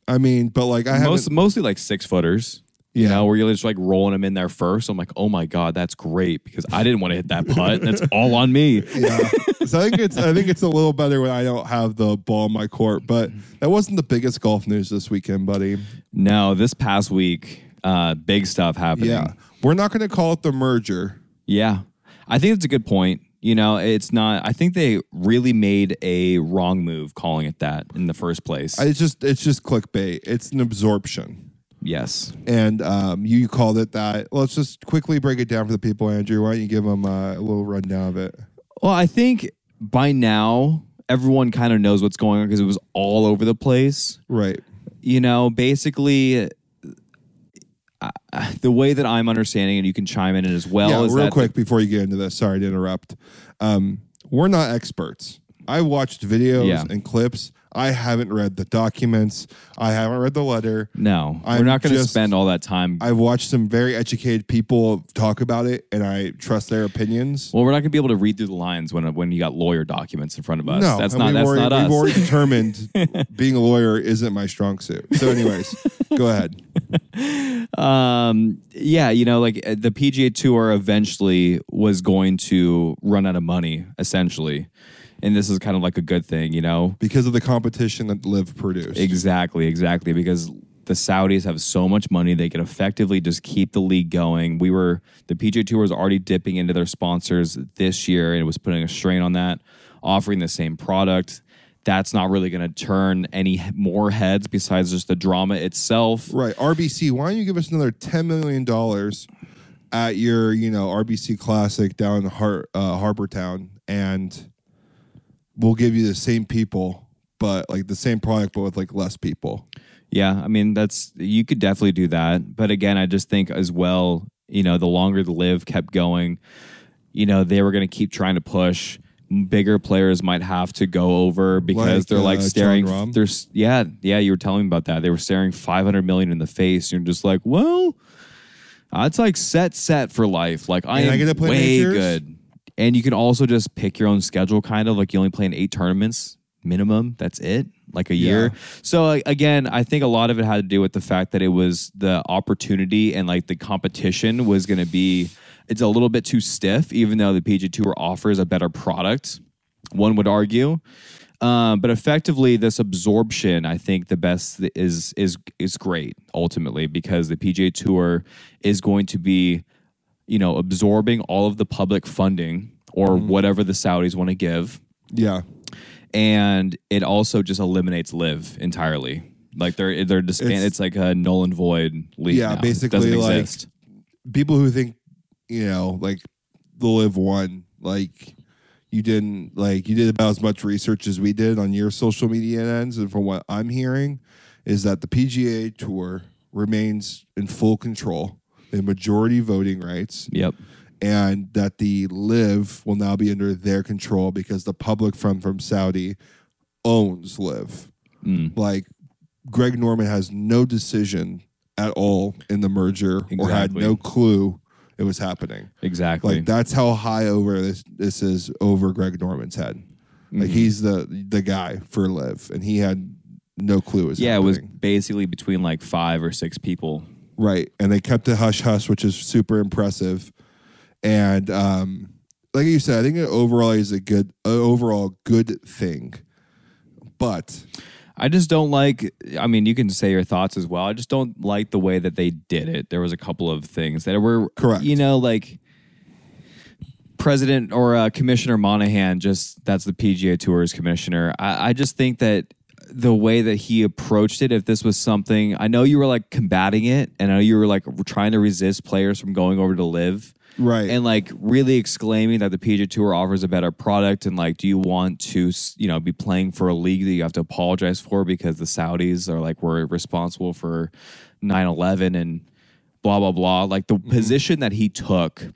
Speaker 3: I mean, but like I
Speaker 2: Most
Speaker 3: haven't.
Speaker 2: mostly like six footers. You
Speaker 3: Yeah.
Speaker 2: know, where you're just like rolling them in there first. I'm like, oh my God, that's great because I didn't want to hit that putt. That's all on me.
Speaker 3: Yeah. so I think it's I think it's a little better when I don't have the ball in my court. But that wasn't the biggest golf news this weekend, buddy.
Speaker 2: No, this past week, uh, big stuff happening.
Speaker 3: Yeah. We're not going to call it the merger.
Speaker 2: Yeah. I think it's a good point. You know, it's not, I think they really made a wrong move calling it that in the first place.
Speaker 3: I- It's just it's just clickbait. It's an absorption,
Speaker 2: yes.
Speaker 3: and um, you called it that. Let's just quickly break it down for the people, Andrew. Why don't you give them uh, a little rundown of it?
Speaker 2: Well, I think by now, everyone kind of knows what's going on because it was all over the place.
Speaker 3: Right.
Speaker 2: you know, basically, uh, the way that I'm understanding, and you can chime in as well.
Speaker 3: yeah.
Speaker 2: is
Speaker 3: Real
Speaker 2: that
Speaker 3: quick before you get into this. Sorry to interrupt. Um, we're not experts. I watched videos
Speaker 2: Yeah.
Speaker 3: and clips. I haven't read the documents. I haven't read the letter.
Speaker 2: no, we're
Speaker 3: I'm
Speaker 2: not going to
Speaker 3: just-
Speaker 2: spend all that time.
Speaker 3: I've watched some very educated people talk about it, and I trust their opinions.
Speaker 2: well, we're not going to be able to read through the lines when when you got lawyer documents in front of us.
Speaker 3: No,
Speaker 2: that's
Speaker 3: and
Speaker 2: not
Speaker 3: we've
Speaker 2: that's
Speaker 3: already,
Speaker 2: not us.
Speaker 3: We've already determined being a lawyer isn't my strong suit. So, anyways, go ahead.
Speaker 2: um, yeah, you know, like uh, the PGA Tour eventually was going to run out of money, essentially, and this is kind of like a good thing, you know.
Speaker 3: because of the competition that Live produced.
Speaker 2: Exactly, exactly. Because the Saudis have so much money, they could effectively just keep the league going. We were the PJ Tour was already dipping into their sponsors this year, and it was putting a strain on that, offering the same product. That's not really going to turn any more heads besides just the drama itself.
Speaker 3: Right. RBC, why don't you give us another $10 million at your, you know, RBC Classic down in Har- uh, Harbor Town and we'll give you the same people, but like the same product, but with like less people.
Speaker 2: Yeah, I mean that's you could definitely do that, but again, I just think as well, you know, the longer the live kept going, you know, they were going to keep trying to push. bigger players might have to go over because
Speaker 3: Like,
Speaker 2: they're like
Speaker 3: uh, Jon
Speaker 2: staring.
Speaker 3: Rahm?
Speaker 2: They're s- yeah, yeah. You were telling me about that. They were staring 500 million in the face. You're just like, well, it's like set set for life. Like I
Speaker 3: And
Speaker 2: am
Speaker 3: I get to play
Speaker 2: way
Speaker 3: majors?
Speaker 2: good, and you can also just pick your own schedule. Kind of like you only play in eight tournaments minimum. That's it. Like a year. So like, again, I think a lot of it had to do with the fact that it was the opportunity and like the competition was going to be. It's a little bit too stiff, even though the PG Tour offers a better product. One would argue. Um, but effectively, this absorption, I think, the best th- is is is great ultimately because the PJ Tour is going to be, you know, absorbing all of the public funding or
Speaker 3: Mm-hmm.
Speaker 2: whatever the Saudis want to give,
Speaker 3: Yeah.
Speaker 2: and it also just eliminates Live entirely. Like they're they're disbanded. It's,
Speaker 3: It's-
Speaker 2: like a null and void league.
Speaker 3: Yeah,
Speaker 2: now. It
Speaker 3: basically,
Speaker 2: doesn't
Speaker 3: like-
Speaker 2: exist.
Speaker 3: People who think, you know, like the live one, like you didn't like you did about as much research as we did on your social media ends, and from what I'm hearing, is that the PGA tour remains in full control, the majority voting rights.
Speaker 2: Yep.
Speaker 3: and that the live will now be under their control because the public from from Saudi owns live.
Speaker 2: Mm.
Speaker 3: Like Greg Norman has no decision at all in the merger or had
Speaker 2: Exactly.
Speaker 3: no clue it was happening.
Speaker 2: Exactly.
Speaker 3: Like that's how high over this this is over Greg Norman's head.
Speaker 2: Mm-hmm.
Speaker 3: Like he's the the guy for live and he had no clue it was
Speaker 2: yeah, it was
Speaker 3: happening.
Speaker 2: basically between like five or six people.
Speaker 3: Right. And they kept it hush hush, which is super impressive. And um, like you said, I think it overall is a good uh, overall good thing. But
Speaker 2: I just don't like. I mean, you can say your thoughts as well. I just don't like the way that they did it. There was a couple of things that were
Speaker 3: Correct.
Speaker 2: You know, like President or uh, Commissioner Monahan. Just that's the PGA Tour's commissioner. I, I just think that the way that he approached it, if this was something, I know you were like combating it, and I know you were like trying to resist players from going over to live
Speaker 3: right,
Speaker 2: and like really exclaiming that the PGA Tour offers a better product and like do you want to you know be playing for a league that you have to apologize for because the Saudis are like we're responsible for 9/11 and blah blah blah like the position that he took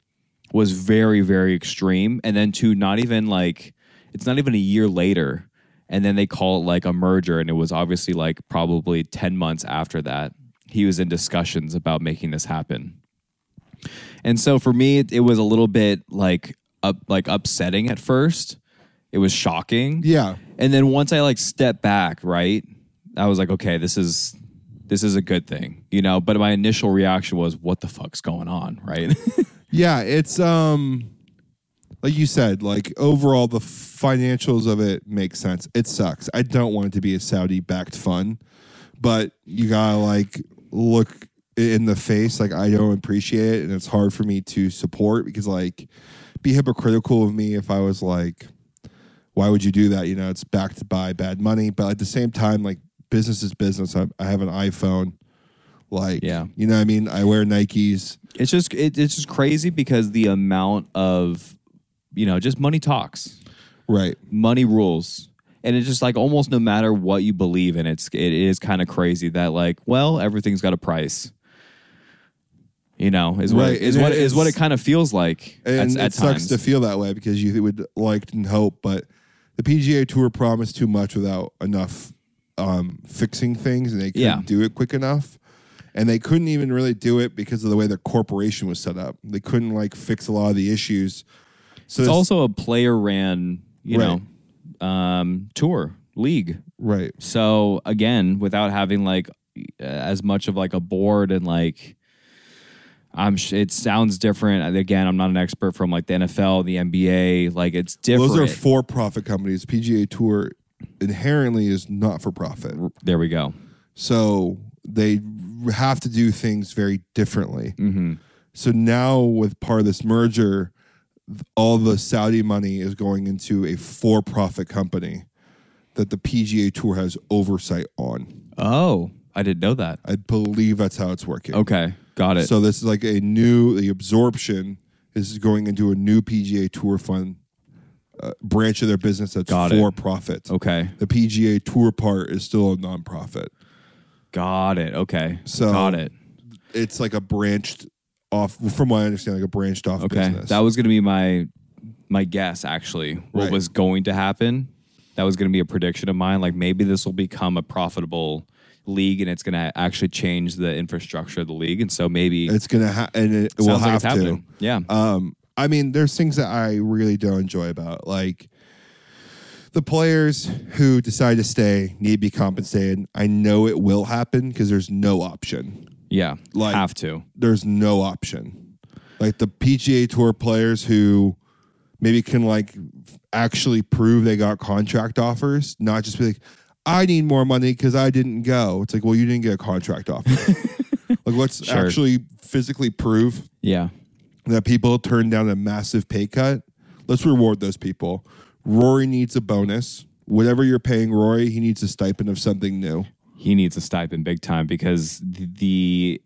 Speaker 2: was very very extreme and then to not even like it's not even a year later and then they call it like a merger and it was obviously like probably 10 months after that he was in discussions about making this happen and so for me, it, it was a little bit like up, like upsetting at first. It was shocking.
Speaker 3: yeah,
Speaker 2: And then once I like stepped back, right, I was like, okay, this is this is a good thing, you know. But my initial reaction was, what the fuck's going on, right?
Speaker 3: yeah, it's um, like you said, like overall the financials of it make sense. It sucks. I don't want it to be a Saudi backed fund, but you gotta like look it in the face. Like I don't appreciate it, and it's hard for me to support because like be hypocritical of me if I was like, why would you do that? You know, it's backed by bad money. But at the same time, like business is business. I, I have an iPhone. Like,
Speaker 2: Yeah.
Speaker 3: you know what I mean? I wear Nikes.
Speaker 2: it's just it, it's just crazy because the amount of you know just money talks.
Speaker 3: Right.
Speaker 2: money rules and it's just like almost no matter what you believe in it's it is kind of crazy that like well everything's got a price you know is what
Speaker 3: Right,
Speaker 2: is
Speaker 3: and
Speaker 2: what is
Speaker 3: it's-
Speaker 2: what it kind of feels like
Speaker 3: And
Speaker 2: at,
Speaker 3: it
Speaker 2: at
Speaker 3: sucks
Speaker 2: times
Speaker 3: to feel that way because you would like and hope, but the PGA Tour promised too much without enough um, fixing things, and they couldn't
Speaker 2: Yeah.
Speaker 3: do it quick enough. And they couldn't even really do it because of the way their corporation was set up. They couldn't like fix a lot of the issues. So
Speaker 2: it's
Speaker 3: this-
Speaker 2: also a player ran you
Speaker 3: Right.
Speaker 2: know um tour league
Speaker 3: right,
Speaker 2: so again without having like uh, as much of like a board and like I'm. sh- It sounds different. Again, I'm not an expert from like the NFL, the NBA. Like it's different.
Speaker 3: those are for-profit companies. PGA Tour inherently is not for profit,
Speaker 2: there we go.
Speaker 3: so they have to do things very differently.
Speaker 2: Mm-hmm.
Speaker 3: So now with part of this merger, th- all the Saudi money is going into a for-profit company that the PGA Tour has oversight on.
Speaker 2: Oh, I didn't know that.
Speaker 3: I believe that's how it's working.
Speaker 2: Okay, got it.
Speaker 3: So this is like a new the absorption is going into a new PGA Tour fund uh, branch of their business that's
Speaker 2: Got it.
Speaker 3: for profit.
Speaker 2: okay,
Speaker 3: The PGA Tour part is still a nonprofit.
Speaker 2: got it. Okay,
Speaker 3: So-
Speaker 2: got it.
Speaker 3: It's like a branched off, from what I understand, like a branched off
Speaker 2: Okay,
Speaker 3: business.
Speaker 2: that was gonna be my my guess actually what
Speaker 3: Right.
Speaker 2: was going to happen. That was going to be a prediction of mine. Like maybe this will become a profitable league, and it's going to actually change the infrastructure of the league. And so maybe
Speaker 3: It's gonna ha- and it, it will
Speaker 2: sounds like
Speaker 3: have
Speaker 2: it's
Speaker 3: to.
Speaker 2: happening. Yeah,
Speaker 3: Um, I mean, there's things that I really don't enjoy about like the players who decide to stay need to be compensated. I know it will happen because there's no option.
Speaker 2: yeah,
Speaker 3: like-
Speaker 2: have to.
Speaker 3: There's no option. Like the PGA Tour players who maybe can like actually prove they got contract offers, not just be like, I need more money because I didn't go. It's like, well, you didn't get a contract offer. like, let's
Speaker 2: Sure.
Speaker 3: actually physically prove
Speaker 2: Yeah,
Speaker 3: that people turn down a massive pay cut. Let's reward those people. Rory needs a bonus. Whatever you're paying Rory, he needs a stipend of something new.
Speaker 2: he needs a stipend big time because the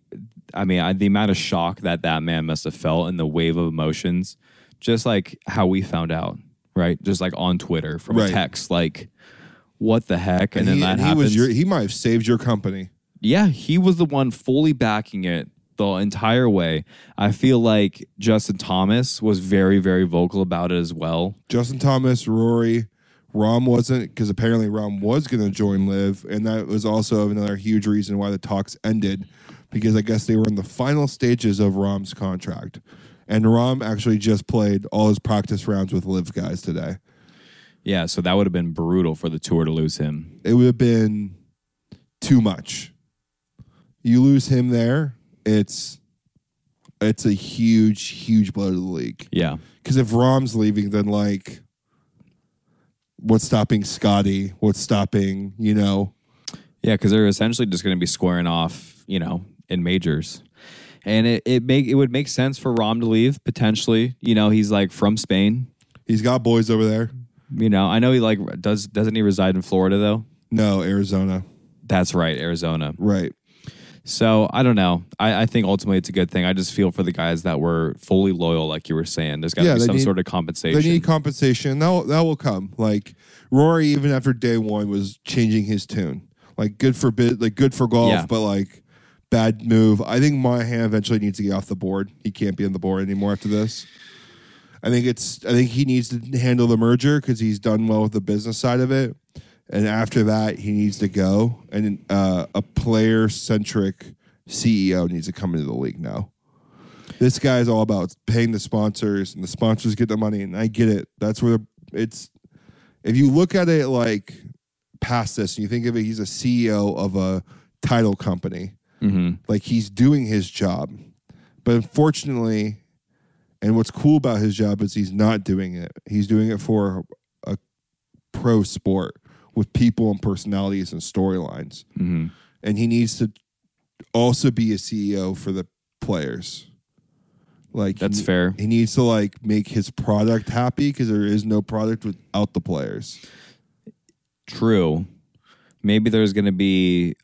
Speaker 2: I mean I, the amount of shock that that man must have felt and the wave of emotions, just like how we found out, right? Just like on Twitter from
Speaker 3: Right.
Speaker 2: a text, like what the heck? And, then
Speaker 3: he,
Speaker 2: that
Speaker 3: he
Speaker 2: happens.
Speaker 3: was your, he might have saved your company.
Speaker 2: yeah, he was the one fully backing it the entire way. I feel like Justin Thomas was very very vocal about it as well.
Speaker 3: Justin Thomas, Rory, Rom wasn't because apparently Rom was going to join Live, and that was also another huge reason why the talks ended, because I guess they were in the final stages of Rom's contract, and Rom actually just played all his practice rounds with Live guys today.
Speaker 2: Yeah, so that would have been brutal for the tour to lose him.
Speaker 3: it would have been too much. You lose him there, it's it's a huge, huge blow to the league.
Speaker 2: Yeah.
Speaker 3: Because if Rom's leaving, then like, what's stopping Scotty? What's stopping you know?
Speaker 2: Yeah, because they're essentially just going to be squaring off, you know, in majors, and it it make it would make sense for Rom to leave potentially. You know, he's like from Spain.
Speaker 3: He's got boys over there.
Speaker 2: You know, I know he like does doesn't he reside in Florida though?
Speaker 3: No, Arizona,
Speaker 2: That's right, Arizona.
Speaker 3: right?
Speaker 2: So I don't know. I, I think ultimately it's a good thing. I just feel for the guys that were fully loyal, like you were saying. There's got to
Speaker 3: Yeah,
Speaker 2: be
Speaker 3: they
Speaker 2: some
Speaker 3: need-
Speaker 2: sort of
Speaker 3: They
Speaker 2: compensation.
Speaker 3: need compensation. That will, that will come. Like Rory, even after day one, was changing his tune. Like good for bit, like good for golf,
Speaker 2: Yeah.
Speaker 3: but like bad move. I think Monahan eventually needs to get off the board. He can't be on the board anymore after this. I think it's. I think he needs to handle the merger because he's done well with the business side of it, and after that, he needs to go. And uh, a player centric CEO needs to come into the league now this guy's all about paying the sponsors and the sponsors get the money and i get it that's where it's if you look at it like past this and you think of it he's a ceo of a title company
Speaker 2: Mhm.
Speaker 3: like he's doing his job but unfortunately and what's cool about his job is he's not doing it he's doing it for a pro sport with people and personalities and storylines
Speaker 2: Mhm.
Speaker 3: and he needs to also be a ceo for the players like he-
Speaker 2: That's fair.
Speaker 3: he needs to like make his product happy because there is no product without the players.
Speaker 2: True. Maybe there's going to be.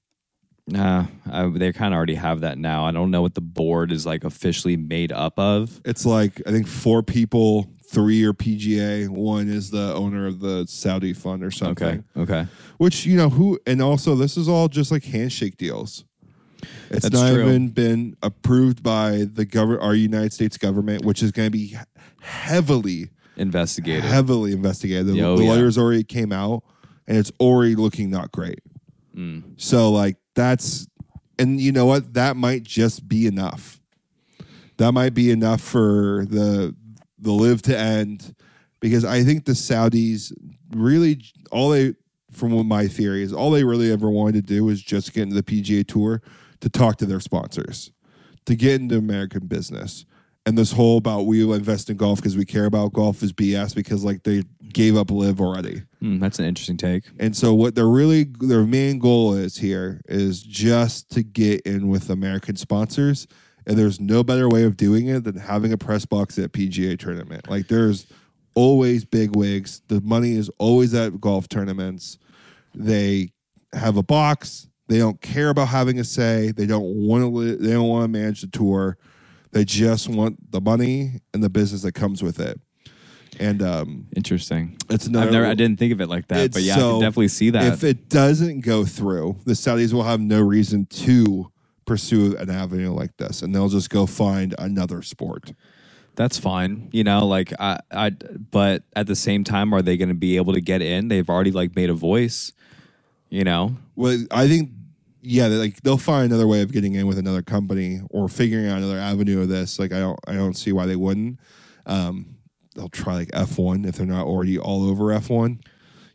Speaker 2: Uh, I, they kind of already have that now. I don't know what the board is like officially made up of.
Speaker 3: It's like I think four people, three are PGA, one is the owner of the Saudi fund or something.
Speaker 2: Okay. Okay.
Speaker 3: Which you know who, and also this is all just like handshake deals. It's
Speaker 2: That's
Speaker 3: not
Speaker 2: true.
Speaker 3: even been approved by the government, our United States government, which is going to be heavily,
Speaker 2: Investigated.
Speaker 3: heavily investigated. The,
Speaker 2: Oh,
Speaker 3: the
Speaker 2: yeah.
Speaker 3: letters already came out, and it's already looking not great.
Speaker 2: Mm.
Speaker 3: So like that's and you know what? That might just be enough. That might be enough for the the live to end because I think the Saudis really all they from what my theory is all they really ever wanted to do was just get into the PGA tour to talk to their sponsors, to get into American business. And this whole about we will invest in golf because we care about golf is BS because like they gave up live already.
Speaker 2: Mm, that's an interesting take.
Speaker 3: And so what they're really their main goal is here is just to get in with American sponsors. And there's no better way of doing it than having a press box at PGA tournament. Like there's always big wigs. The money is always at golf tournaments. They have a box. They don't care about having a say. They don't want to. Li- they don't want to manage the tour. They just want the money and the business that comes with it. And um,
Speaker 2: Interesting.
Speaker 3: it's
Speaker 2: I've
Speaker 3: another.
Speaker 2: never, I didn't think of it like that,
Speaker 3: It's
Speaker 2: but yeah, I
Speaker 3: so-
Speaker 2: can definitely see that.
Speaker 3: If it doesn't go through, the Saudis will have no reason to pursue an avenue like this, and they'll just go find another sport.
Speaker 2: that's fine. You know, like I, I, but at the same time, are they going to be able to get in? They've already like made a voice. You know,
Speaker 3: Well, I think yeah, they like they'll find another way of getting in with another company or figuring out another avenue of this. Like I don't I don't see why they wouldn't. Um, they'll try like F one if they're not already all over F one.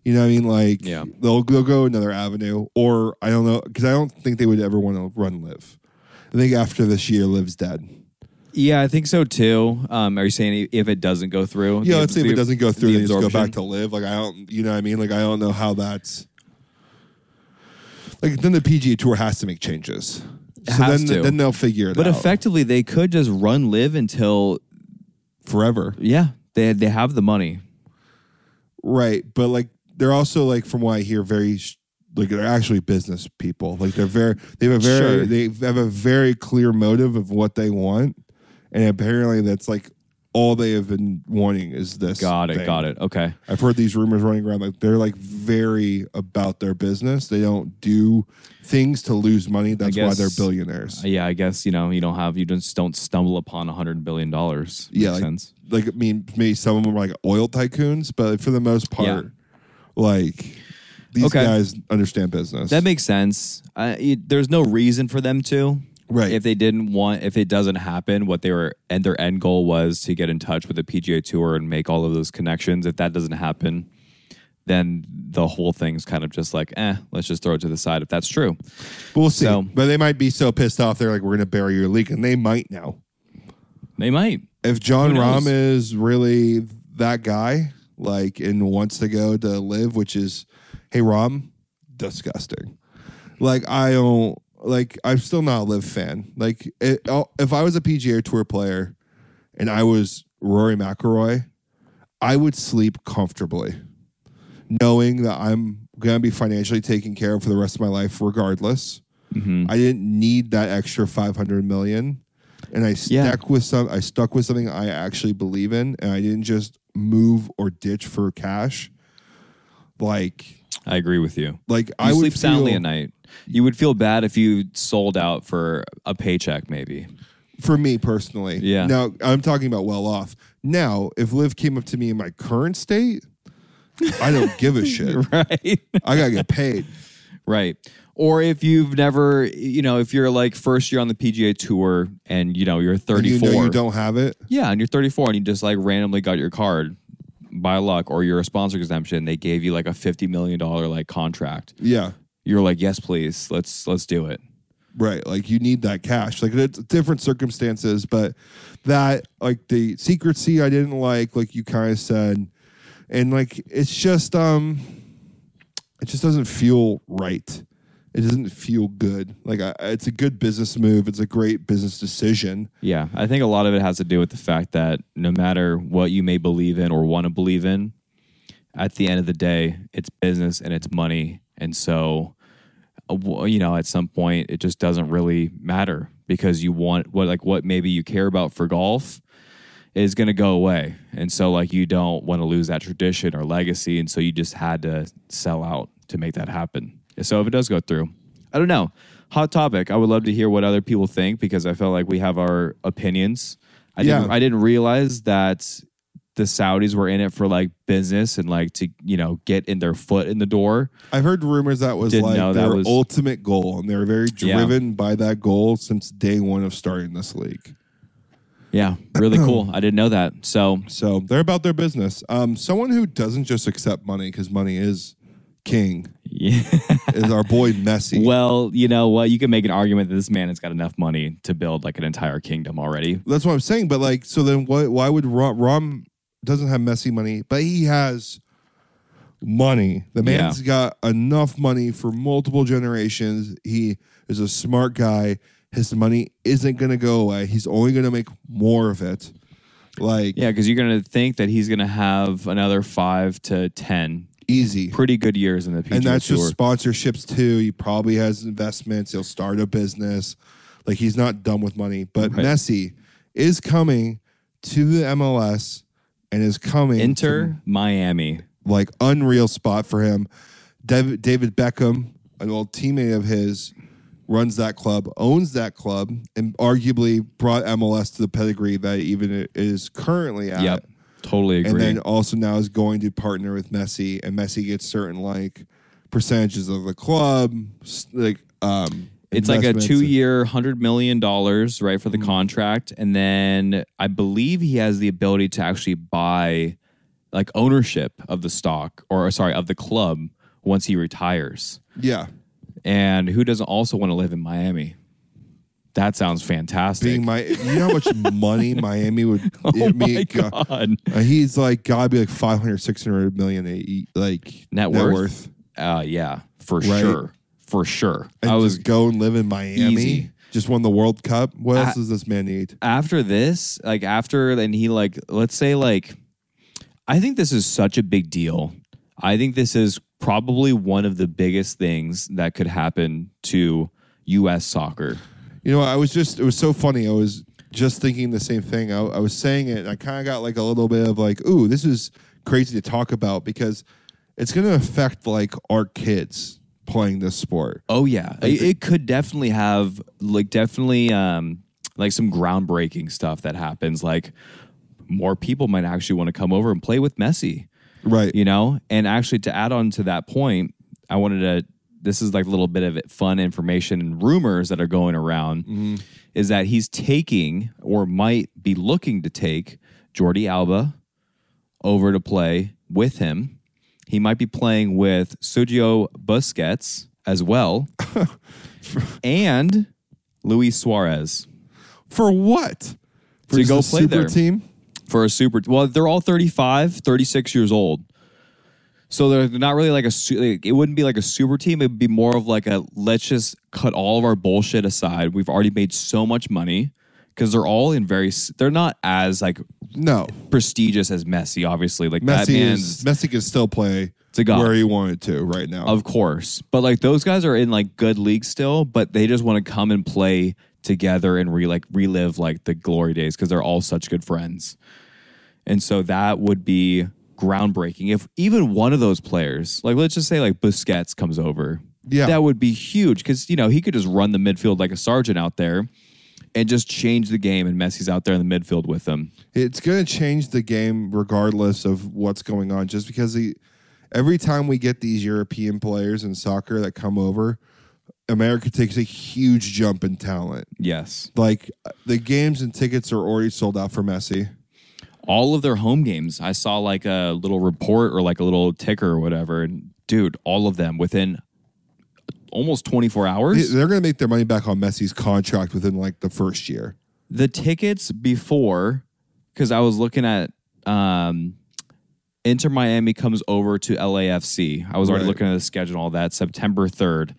Speaker 3: You know what I mean? Like
Speaker 2: Yeah.
Speaker 3: they'll, they'll go another avenue, or I don't know because I don't think they would ever want to run live. I think after this year, live's dead.
Speaker 2: Yeah, I think so too. Um, are you saying if it doesn't go through?
Speaker 3: Yeah,
Speaker 2: the-
Speaker 3: let's say if
Speaker 2: the-
Speaker 3: it doesn't go
Speaker 2: the
Speaker 3: through, they just go
Speaker 2: absorption?
Speaker 3: back to live. Like I don't, you know what I mean? Like I don't know how that's. Like then the PGA Tour has to make changes.
Speaker 2: It
Speaker 3: so
Speaker 2: has
Speaker 3: then,
Speaker 2: to.
Speaker 3: then they'll figure it
Speaker 2: But
Speaker 3: out.
Speaker 2: effectively, they could just run live until
Speaker 3: forever,
Speaker 2: yeah, they they have the money.
Speaker 3: right? But like they're also like from what I hear, very sh- like they're actually business people. Like they're very they have a very
Speaker 2: Sure.
Speaker 3: they have a very clear motive of what they want, and apparently that's like all they have been wanting is this.
Speaker 2: Got it.
Speaker 3: thing.
Speaker 2: Got it. Okay.
Speaker 3: I've heard these rumors running around like they're like very about their business. They don't do things to lose money. That's why
Speaker 2: guess-
Speaker 3: they're billionaires.
Speaker 2: Yeah, I guess you know you don't have you just don't stumble upon a hundred billion dollars.
Speaker 3: Yeah,
Speaker 2: Makes
Speaker 3: like-
Speaker 2: sense.
Speaker 3: like I mean, maybe some of them are like oil tycoons, but for the most part,
Speaker 2: Yeah.
Speaker 3: like these
Speaker 2: Okay.
Speaker 3: guys understand business.
Speaker 2: That makes sense. I, it, there's no reason for them to.
Speaker 3: Right.
Speaker 2: If they didn't want, if it doesn't happen, what they were and their end goal was to get in touch with the PGA Tour and make all of those connections. If that doesn't happen, then the whole thing's kind of just like, eh, let's just throw it to the side. If that's true,
Speaker 3: we'll see.
Speaker 2: so-
Speaker 3: but they might be so pissed off. They're like, we're going to bury your leak, and they might now.
Speaker 2: they might.
Speaker 3: If John
Speaker 2: Who knows?
Speaker 3: Rahm is really that guy, like, and wants to go to live, which is, hey, Rahm, disgusting. Like, I don't, like, I'm still not a live fan. Like, it, I'll- if I was a PGA Tour player and I was Rory McIlroy, I would sleep comfortably knowing that I'm going to be financially taken care of for the rest of my life, regardless.
Speaker 2: Mhm.
Speaker 3: I didn't need that extra 500 million. And I stuck
Speaker 2: Yeah.
Speaker 3: with some, I stuck with something I actually believe in, and I didn't just move or ditch for cash. Like,
Speaker 2: I agree with you.
Speaker 3: like
Speaker 2: You
Speaker 3: I would
Speaker 2: sleep soundly
Speaker 3: feel-
Speaker 2: at night. You would feel bad if you sold out for a paycheck, maybe.
Speaker 3: for me personally.
Speaker 2: Yeah.
Speaker 3: Now I'm talking about well off. Now, if Liv came up to me in my current state, I don't give a shit.
Speaker 2: Right.
Speaker 3: I gotta get paid.
Speaker 2: Right. Or if you've never, you know, if you're like first year on the PGA tour and you know you're
Speaker 3: And
Speaker 2: 34,
Speaker 3: you know you don't have it.
Speaker 2: yeah, and you're 34 and you just like randomly got your card by luck, or you're a sponsor exemption, they gave you like a 50 million dollar like contract.
Speaker 3: Yeah.
Speaker 2: You're like, yes, please, let's let's do it.
Speaker 3: Right. Like you need that cash. Like it's different circumstances, but that like the secrecy I didn't like, like you kind of said. And like it's just um it just doesn't feel right. It doesn't feel good. Like I, it's a good business move. It's a great business decision.
Speaker 2: Yeah, I think a lot of it has to do with the fact that no matter what you may believe in or want to believe in, at the end of the day, it's business and it's money. And so, uh, w- you know, at some point, it just doesn't really matter because you want what, like, what maybe you care about for golf is going to go away. And so, like, you don't want to lose that tradition or legacy. And so, you just had to sell out to make that happen. So, if it does go through, I don't know. Hot topic. I would love to hear what other people think because I felt like we have our opinions. I
Speaker 3: Yeah.
Speaker 2: didn't, I didn't realize that the Saudis were in it for like business and like to, you know, get in their foot in the door.
Speaker 3: I've heard rumors that was
Speaker 2: Didn't
Speaker 3: like
Speaker 2: know that
Speaker 3: their
Speaker 2: was-
Speaker 3: ultimate goal, and they're very
Speaker 2: Yeah.
Speaker 3: driven by that goal since day one of starting this league.
Speaker 2: Yeah. Really cool. I didn't know that. So,
Speaker 3: So they're about their business. Um, someone who doesn't just accept money because money is king
Speaker 2: yeah.
Speaker 3: is our boy Messi.
Speaker 2: well, you know what? You can make an argument that this man has got enough money to build like an entire kingdom already.
Speaker 3: That's what I'm saying. But like, so then why why would Rom, Rom doesn't have Messi money, but he has money. The
Speaker 2: Yeah.
Speaker 3: man's got enough money for multiple generations. He is a smart guy. His money isn't gonna go away. He's only gonna make more of it. Like
Speaker 2: Yeah. Cause you're going to think that he's going to have another five to 10
Speaker 3: easy.
Speaker 2: pretty good years in the PGA
Speaker 3: and that's
Speaker 2: Tour.
Speaker 3: just sponsorships too. He probably has investments. He'll start a business. Like he's not done with money. But
Speaker 2: Right.
Speaker 3: Messi is coming to the MLS and is coming
Speaker 2: Enter Miami.
Speaker 3: to, like unreal spot for him. Dav- David Beckham, an old teammate of his, runs that club, owns that club, and arguably brought MLS to the pedigree that even it is currently at.
Speaker 2: Yep. Totally agree.
Speaker 3: And then also now is going to partner with Messi, and Messi gets certain like percentages of the club, s- like um.
Speaker 2: it's like a
Speaker 3: investments. Mm.
Speaker 2: two year, $100 million, right, for the contract. And then I believe he has the ability to actually buy like ownership of the stock or, sorry, of the club once he retires.
Speaker 3: Yeah,
Speaker 2: And who doesn't also want to live in Miami? That sounds fantastic.
Speaker 3: being my, you know how much money Miami would.
Speaker 2: oh
Speaker 3: it
Speaker 2: my
Speaker 3: me-
Speaker 2: God.
Speaker 3: Uh, he's like gotta be like 500, 600 million a e- like
Speaker 2: Net worth? Uh, yeah, for
Speaker 3: Right.
Speaker 2: sure. For sure.
Speaker 3: And
Speaker 2: I was
Speaker 3: just go and live in Miami.
Speaker 2: Easy.
Speaker 3: Just won the World Cup. What
Speaker 2: I-
Speaker 3: else does this man need?
Speaker 2: after this, like after and he like let's say like I think this is such a big deal. I think this is probably one of the biggest things that could happen to US soccer.
Speaker 3: You know, I was just it was so funny. I was just thinking the same thing. I, I was saying it, and I kind of got like a little bit of like, "Ooh, this is crazy to talk about" because it's going to affect like our kids playing this sport.
Speaker 2: Oh yeah. It, it could definitely have like definitely um like some groundbreaking stuff that happens like more people might actually want to come over and play with Messi.
Speaker 3: Right.
Speaker 2: you know and actually to add on to that point i wanted to this is like a little bit of fun information and rumors that are going around
Speaker 3: Mm-hmm.
Speaker 2: is that he's taking or might be looking to take jordi alba over to play with him he might be playing with sergio busquets as well and luis suarez
Speaker 3: For what? For
Speaker 2: To
Speaker 3: just
Speaker 2: go
Speaker 3: a
Speaker 2: play
Speaker 3: super
Speaker 2: there.
Speaker 3: team?
Speaker 2: for a super well they're all 35 36 years old so they're not really like a su- like, it wouldn't be like a super team it'd be more of like a let's just cut all of our bullshit aside we've already made so much money because they're all in very s- they're not as like
Speaker 3: No.
Speaker 2: prestigious as messi obviously like that
Speaker 3: Messi
Speaker 2: man's
Speaker 3: is Messi can still play
Speaker 2: To God.
Speaker 3: where he wanted to right now.
Speaker 2: of course but like those guys are in like good leagues still but they just want to come and play together and re like relive like the glory days because they're all such good friends and so that would be groundbreaking if even one of those players like let's just say like busquets comes over
Speaker 3: Yeah.
Speaker 2: that would be huge because you know he could just run the midfield like a sergeant out there and just change the game and messi's out there in the midfield with them
Speaker 3: it's going to change the game regardless of what's going on just because the, every time we get these european players in soccer that come over america takes a huge jump in talent
Speaker 2: yes
Speaker 3: like the games and tickets are already sold out for messi
Speaker 2: all of their home games. I saw like a little report or like a little ticker or whatever. And dude, all of them within almost 24
Speaker 3: They-
Speaker 2: hours.
Speaker 3: they're going to make their money back on messi's contract within like the first year
Speaker 2: The tickets before, because I was looking at um, Inter Miami comes over to LAFC. I was already
Speaker 3: Right.
Speaker 2: looking at the schedule and all that, September 3rd.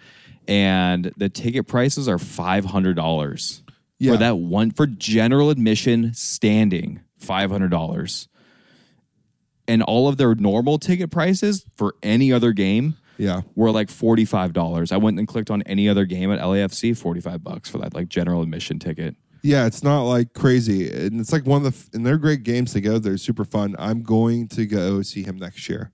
Speaker 2: And the ticket prices are $500
Speaker 3: Yeah.
Speaker 2: for that one, for general admission standing, $500. and all of their normal ticket prices for any other game
Speaker 3: yeah
Speaker 2: were like $45. I went and clicked on any other game at LAFC, 45 bucks for that like general admission ticket.
Speaker 3: yeah it's not like crazy and it's like one of the f- and they're great games to go they're super fun i'm going to go see him next year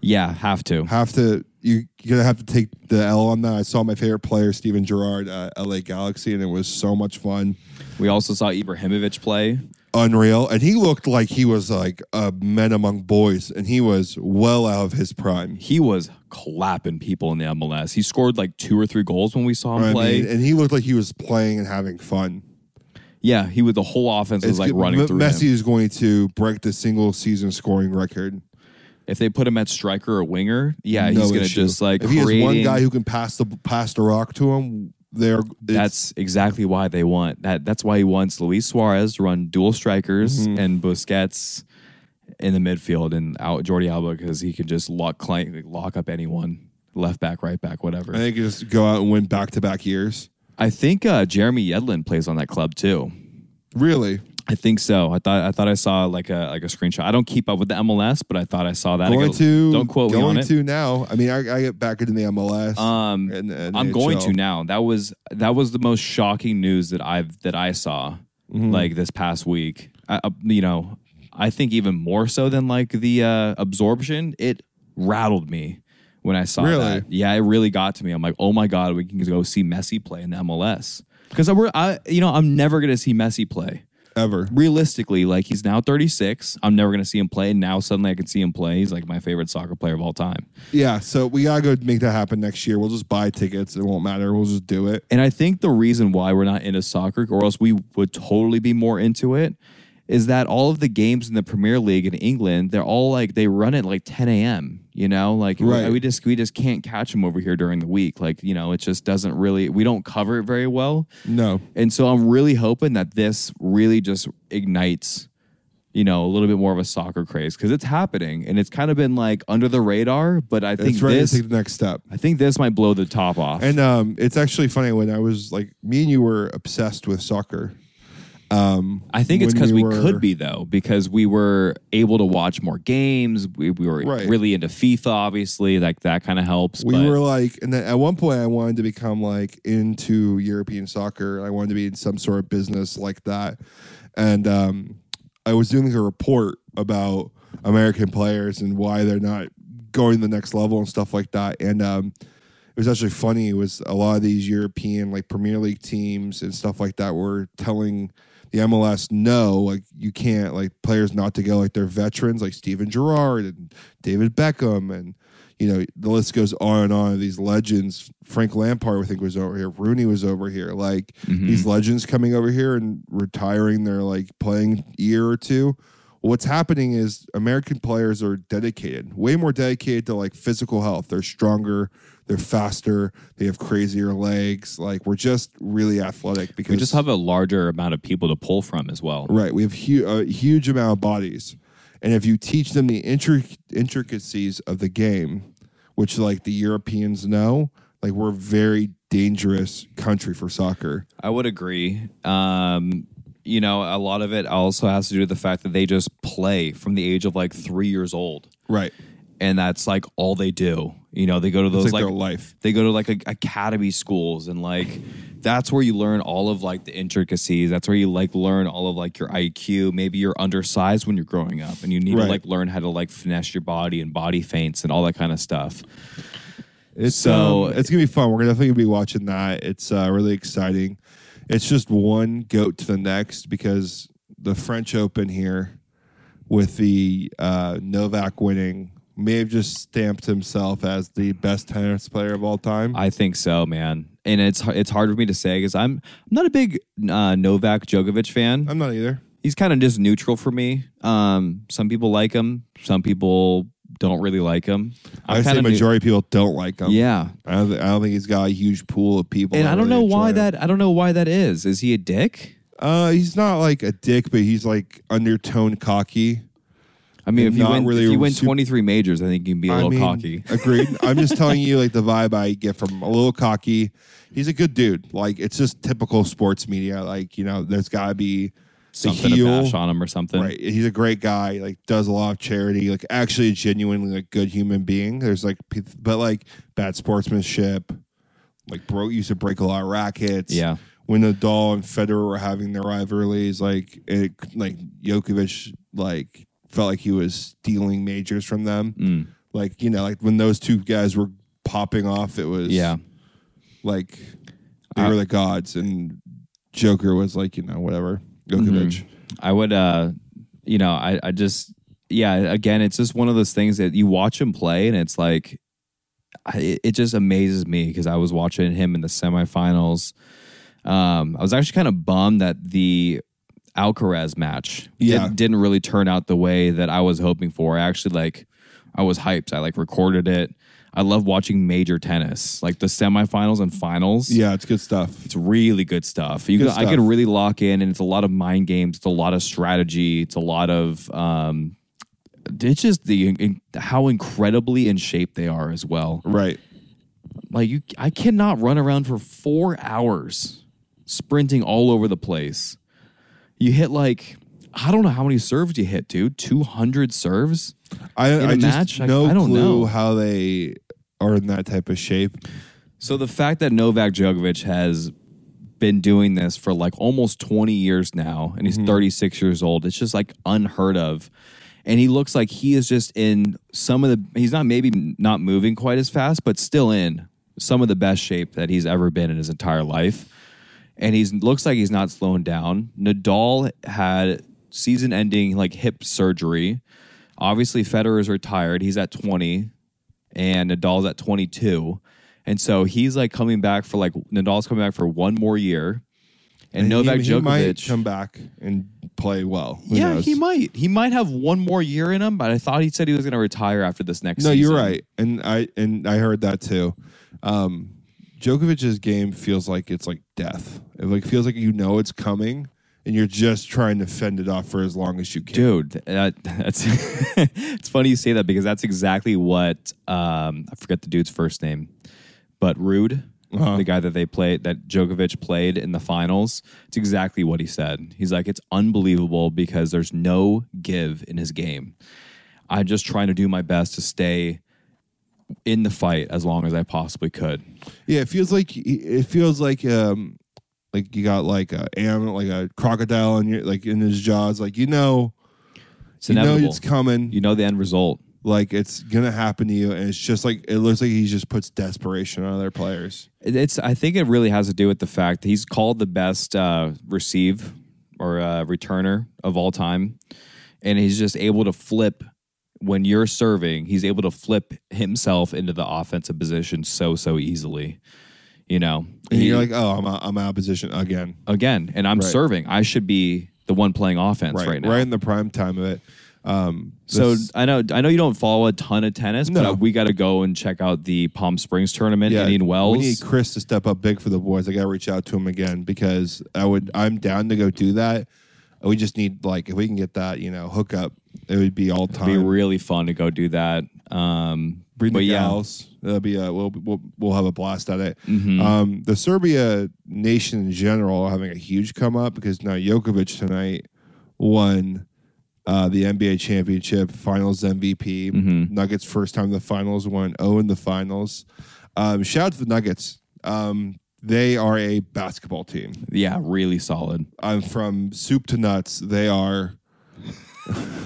Speaker 2: Yeah, have to.
Speaker 3: have to you, you're gonna have to take the L on that. I saw my favorite player Steven Gerrard uh, LA Galaxy, and it was so much fun,
Speaker 2: We also saw Ibrahimovic play.
Speaker 3: unreal. And he looked like he was like a man among boys, and he was well out of his prime.
Speaker 2: He was clapping people in the MLS. He scored like two or three goals when we saw him
Speaker 3: I
Speaker 2: play.
Speaker 3: mean, and he looked like he was playing and having fun.
Speaker 2: yeah, he was the whole offense was like
Speaker 3: good-
Speaker 2: running
Speaker 3: M-
Speaker 2: through
Speaker 3: Messi
Speaker 2: him.
Speaker 3: is going to break the single season scoring record.
Speaker 2: If they put him at striker or winger, yeah,
Speaker 3: No
Speaker 2: he's gonna
Speaker 3: issue.
Speaker 2: just like
Speaker 3: if he has one
Speaker 2: creating-
Speaker 3: guy who can pass the pass the rock to him, there
Speaker 2: That's exactly why they want that. That's why he wants Luis Suarez to run dual strikers
Speaker 3: Mm-hmm.
Speaker 2: and Busquets in the midfield and out Jordi Alba because he can just lock clank, lock up anyone, left back, right back, whatever.
Speaker 3: I think just go out and win back to back years.
Speaker 2: I think uh, Jeremy Yedlin plays on that club too.
Speaker 3: Really,
Speaker 2: I think so. I thought I thought I saw like a like a screenshot. I don't keep up with the MLS, but I thought I saw that. I
Speaker 3: going
Speaker 2: go-
Speaker 3: to
Speaker 2: don't quote
Speaker 3: going
Speaker 2: me on it.
Speaker 3: to now. I mean, I, I get back into the MLS.
Speaker 2: Um,
Speaker 3: and, and
Speaker 2: I'm going to
Speaker 3: NHL.
Speaker 2: now. That was that was the most shocking news that I've that I saw
Speaker 3: Mm-hmm.
Speaker 2: like this past week. I, uh, you know, I think even more so than like the uh, absorption, it rattled me when I saw
Speaker 3: Really?
Speaker 2: that. Yeah, it really got to me. I'm like, oh my god, we can go see Messi play in the MLS because I were I you know I'm never gonna see Messi play
Speaker 3: ever.
Speaker 2: realistically, like he's now 36. I'm never gonna see him play. And now suddenly I can see him play. He's like my favorite soccer player of all time.
Speaker 3: Yeah, so we gotta go make that happen next year. We'll just buy tickets. It won't matter. We'll just do it.
Speaker 2: And I think the reason why we're not into soccer, or else we would totally be more into it, is that all of the games in the Premier League in England, they're all like they run at like 10 a.m. You know, like we-
Speaker 3: Right.
Speaker 2: we just we just can't catch them over here during the week. Like you know, it just doesn't really we don't cover it very well.
Speaker 3: No,
Speaker 2: And so I'm really hoping that this really just ignites, you know, a little bit more of a soccer craze because it's happening and it's kind of been like under the radar. But I think
Speaker 3: it's ready
Speaker 2: this,
Speaker 3: to take the next step.
Speaker 2: I think this might blow the top off.
Speaker 3: And um, it's actually funny when I was like, me and you were obsessed with soccer. Um,
Speaker 2: I think it's
Speaker 3: when
Speaker 2: because
Speaker 3: we
Speaker 2: we,
Speaker 3: were-
Speaker 2: could be though, because we were able to watch more games. We, we were
Speaker 3: Right.
Speaker 2: really into FIFA, obviously, like that kind of helps.
Speaker 3: we
Speaker 2: but
Speaker 3: were like, and then at one point I wanted to become like into European soccer. I wanted to be in some sort of business like that. And um, I was doing like a report about American players and why they're not going to the next level and stuff like that. And um, it was actually funny. It was a lot of these European like Premier League teams and stuff like that were telling the MLS no, like you can't like players not to go like they're veterans like Steven Gerrard and David Beckham and you know the list goes on and on of these legends. Frank Lampard, I think, was over here. Rooney was over here. Like
Speaker 2: Mhm.
Speaker 3: these legends coming over here and retiring their like playing year or two. What's happening is American players are dedicated, way more dedicated to like physical health. They're stronger, they're faster, they have crazier legs. Like we're just really athletic because
Speaker 2: we just have a larger amount of people to pull from as well.
Speaker 3: right. We have hu- a huge amount of bodies, and if you teach them the intric- intricacies of the game, which like the Europeans know, like we're a very dangerous country for soccer.
Speaker 2: I would agree. Um, you know, a lot of it also has to do with the fact that they just play from the age of like three years old,
Speaker 3: Right.
Speaker 2: and that's like all they do. You know, they go to
Speaker 3: It's
Speaker 2: those
Speaker 3: like,
Speaker 2: like,
Speaker 3: their life.
Speaker 2: they go to like a, academy schools, and like that's where you learn all of like the intricacies. That's where you like learn all of like your IQ. Maybe you're undersized when you're growing up, and you need
Speaker 3: Right.
Speaker 2: to like learn how to like finesse your body and body feints and all that kind of stuff.
Speaker 3: It's
Speaker 2: So-
Speaker 3: um, it's gonna be fun. We're gonna definitely be watching that. It's uh, really exciting. It's just one goat to the next because the French Open here with the uh, Novak winning may have just stamped himself as the best tennis player of all time.
Speaker 2: I think so, man. And it's it's hard for me to say because I'm I'm not a big uh, Novak Djokovic fan.
Speaker 3: I'm not either.
Speaker 2: He's kind of just neutral for me. Um, some people like him, some people don't really like him.
Speaker 3: i
Speaker 2: I'm
Speaker 3: say
Speaker 2: kinda neu-
Speaker 3: majority of people don't like him.
Speaker 2: yeah,
Speaker 3: I don't, thi- I don't think he's got a huge pool of people.
Speaker 2: and
Speaker 3: that
Speaker 2: I don't
Speaker 3: really
Speaker 2: know why
Speaker 3: enjoy him.
Speaker 2: that. I don't know why that is. Is he a dick?
Speaker 3: Uh, he's not like a dick, but he's like undertone cocky.
Speaker 2: I mean,
Speaker 3: And
Speaker 2: if you
Speaker 3: not
Speaker 2: win,
Speaker 3: really
Speaker 2: if you win
Speaker 3: super-
Speaker 2: 23 majors, I think you can be a little cocky.
Speaker 3: Agreed. I'm just telling you, like the vibe I get from a little cocky. He's a good dude. Like it's just typical sports media. Like you know, there's got to be
Speaker 2: Something
Speaker 3: the
Speaker 2: to
Speaker 3: heel.
Speaker 2: bash on him or something.
Speaker 3: Right. He's a great guy. Like does a lot of charity. Like actually, a genuinely like good human being. There's like, pe- but like bad sportsmanship. Like bro used to break a lot of rackets.
Speaker 2: Yeah.
Speaker 3: When Nadal and Federer were having their rivalries, like it, like Djokovic, like felt like he was stealing majors from them
Speaker 2: Mm,
Speaker 3: like you know like when those two guys were popping off it was
Speaker 2: yeah.
Speaker 3: like they
Speaker 2: Uh,
Speaker 3: were the gods and joker was like you know whatever Djokovic.
Speaker 2: I would uh you know, I, I just yeah, again, it's just one of those things that you watch him play and it's like I, it- it just amazes me because I was watching him in the semifinals. Um, I was actually kind of bummed that the Alcaraz match
Speaker 3: Yeah.
Speaker 2: did, not really turn out the way that I was hoping for. I actually like I was hyped. I like recorded it. I love watching major tennis, like the semifinals and finals.
Speaker 3: yeah it's good stuff
Speaker 2: It's really good stuff. You
Speaker 3: Good
Speaker 2: could- I could
Speaker 3: stuff.
Speaker 2: really lock in, and it's a lot of mind games. It's a lot of strategy. It's a lot of um, it's just the in, how incredibly in shape they are as well.
Speaker 3: right
Speaker 2: Like you, I cannot run around for four hours sprinting all over the place. You hit like I don't know how many serves you hit, dude. Two hundred serves.
Speaker 3: i,
Speaker 2: a
Speaker 3: I just
Speaker 2: match? I-
Speaker 3: no
Speaker 2: I don't
Speaker 3: clue
Speaker 2: know.
Speaker 3: how they are in that type of shape
Speaker 2: So the fact that Novak Djokovic has been doing this for like almost 20 years now and he's 36 years old, it's just like unheard of. and he looks like he is just in some of the. He's not maybe not moving quite as fast, but still in some of the best shape that he's ever been in his entire life. And he's looks like he's not slowing down. Nadal had season-ending like hip surgery. Obviously, Federer's retired. He's at twenty, and Nadal's at twenty-two. And so he's like coming back for like Nadal's coming back for one more year, and, Novak
Speaker 3: he, he
Speaker 2: Djokovic
Speaker 3: might come back and play well. Who
Speaker 2: yeah,
Speaker 3: knows?
Speaker 2: he might. He might have one more year in him, but I thought he said he was going to retire after this next.
Speaker 3: No, you're
Speaker 2: season.
Speaker 3: right, and I and I heard that too. Um, Djokovic's game feels like it's like death. It like feels like you know it's coming, and you're just trying to fend it off for as long as you can.
Speaker 2: dude. That, that's it's funny you say that because that's exactly what um, I forget the dude's first name, but Rude,
Speaker 3: Uh-huh.
Speaker 2: the guy that they played that Djokovic played in the finals. It's exactly what he said. He's like, it's unbelievable because there's no give in his game. I'm just trying to do my best to stay in the fight as long as I possibly could.
Speaker 3: Yeah, it feels like it feels like um like you got like a am like a crocodile in your like in his jaws. Like you know,
Speaker 2: It's
Speaker 3: you know
Speaker 2: inevitable.
Speaker 3: it's coming.
Speaker 2: you know the end result.
Speaker 3: like it's gonna happen to you, and it's just like it looks like he just puts desperation on other players.
Speaker 2: It- It's. I think it really has to do with the fact that he's called the best uh, receive or uh, returner of all time, and he's just able to flip when you're serving. He's able to flip himself into the offensive position so so easily. You know,
Speaker 3: And
Speaker 2: He-
Speaker 3: you're like, oh, I'm out, I'm out of position again.
Speaker 2: again, and I'm
Speaker 3: Right.
Speaker 2: serving. I should be the one playing offense right,
Speaker 3: Right, right,
Speaker 2: now.
Speaker 3: in the prime time of it. Um,
Speaker 2: So
Speaker 3: this-
Speaker 2: I know I know you don't follow a ton of tennis,
Speaker 3: No.
Speaker 2: but we got to go and check out the Palm Springs tournament. Indian Wells.
Speaker 3: We need Chris to step up big for the boys. I got to reach out to him again because I would. I'm down to go do that. We just need like if we can get that you know hook up, it would be all time.
Speaker 2: be really fun to go do that. Um,
Speaker 3: Bring
Speaker 2: but
Speaker 3: the
Speaker 2: yeah, Mm-hmm.
Speaker 3: gals. That'll be a, we'll, we'll we'll have a blast at it.
Speaker 2: Mm. Uh,
Speaker 3: Um, the Serbia nation in general are having a huge come up because now Jokovic tonight won uh, the NBA championship, Finals MVP.
Speaker 2: Mm-hmm.
Speaker 3: Nuggets first time in the finals won 0 in the finals. Um, shout out to the Nuggets. Um, they are a basketball team.
Speaker 2: yeah, really solid.
Speaker 3: I'm from soup to nuts. They are.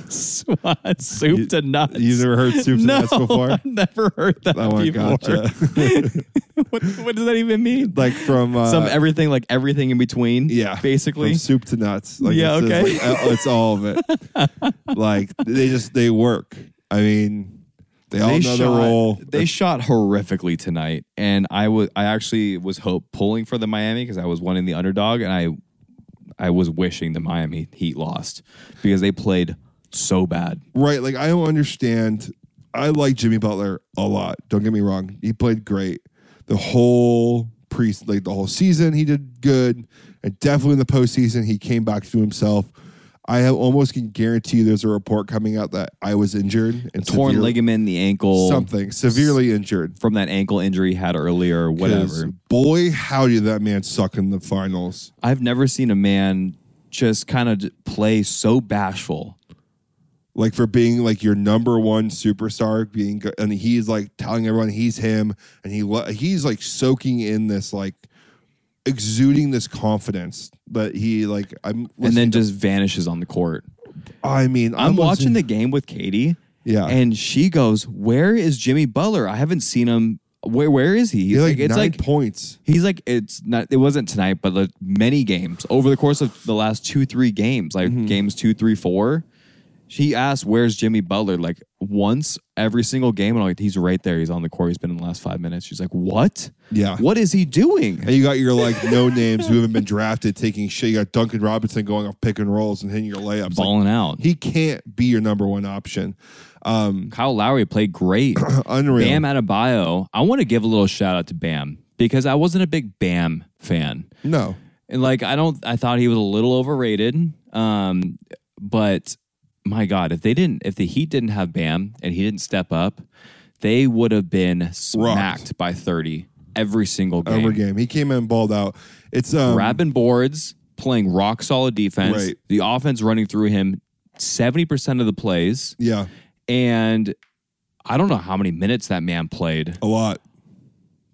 Speaker 2: Soup to nuts.
Speaker 3: You've never heard soup to
Speaker 2: no,
Speaker 3: nuts before?
Speaker 2: I've never heard that
Speaker 3: That one
Speaker 2: before.
Speaker 3: gotcha.
Speaker 2: what, what does that even mean?
Speaker 3: like from uh,
Speaker 2: Some everything, like everything in between.
Speaker 3: Yeah,
Speaker 2: basically.
Speaker 3: from soup to nuts. Like
Speaker 2: Yeah,
Speaker 3: it's just,
Speaker 2: okay.
Speaker 3: like, uh, it's all of it. like they just they work. I mean, they, all know their role.
Speaker 2: They shot horrifically tonight, and I was I actually was hope pulling for the Miami because I was wanting the underdog, and I I was wishing the Miami Heat lost because they played so bad.
Speaker 3: right. Like I don't understand. I like Jimmy Butler a lot. Don't get me wrong. He played great. The whole pre like the whole season, he did good, and definitely in the postseason, he came back to himself. I have almost can guarantee you there's a report coming out that I was injured and
Speaker 2: Torn
Speaker 3: severe-
Speaker 2: ligament in the ankle,
Speaker 3: something severely injured.
Speaker 2: from that ankle injury he had earlier,
Speaker 3: 'Cause,
Speaker 2: whatever.
Speaker 3: Boy, how did that man suck in the finals?
Speaker 2: I've never seen a man just kind of play so bashful.
Speaker 3: Like for being like your number one superstar, being go- and he's like telling everyone he's him, and he lo- he's like soaking in this like exuding this confidence. But he like
Speaker 2: and
Speaker 3: I'm
Speaker 2: then
Speaker 3: listening to-
Speaker 2: just vanishes on the court.
Speaker 3: I mean
Speaker 2: I'm watching
Speaker 3: listening-
Speaker 2: the game with Katie.
Speaker 3: Yeah.
Speaker 2: And she goes, Where is Jimmy Butler? I haven't seen him. Where where is he? He's
Speaker 3: You're,
Speaker 2: like,
Speaker 3: like,
Speaker 2: it's
Speaker 3: nine
Speaker 2: like
Speaker 3: points.
Speaker 2: he's like it's not it wasn't tonight, but like many games over the course of the last two, three games, like
Speaker 3: Mm-hmm.
Speaker 2: games two, three, four. She asked, Where's Jimmy Butler? Like once every single game, and I'm like, he's right there. He's on the court. He's been in the last five minutes. She's like, What?
Speaker 3: Yeah.
Speaker 2: What is he doing?
Speaker 3: And you got your like no names who haven't been drafted taking shit. You got Duncan Robinson going off pick and rolls and hitting your layups. Like,
Speaker 2: Balling out.
Speaker 3: he can't be your number one option. Um,
Speaker 2: Kyle Lowry played great.
Speaker 3: unreal.
Speaker 2: Bam Adebayo. I want to give a little shout out to Bam because I wasn't a big Bam fan.
Speaker 3: No.
Speaker 2: And like I don't I thought he was a little overrated. Um but my god, if they didn't if the Heat didn't have Bam and he didn't step up, they would have been smacked by 30 every single game.
Speaker 3: every game. He came in balled out. It's um
Speaker 2: Grabbing boards, playing rock solid defense,
Speaker 3: Right.
Speaker 2: the offense running through him 70% of the plays
Speaker 3: yeah,
Speaker 2: and I don't know how many minutes that man played.
Speaker 3: a lot.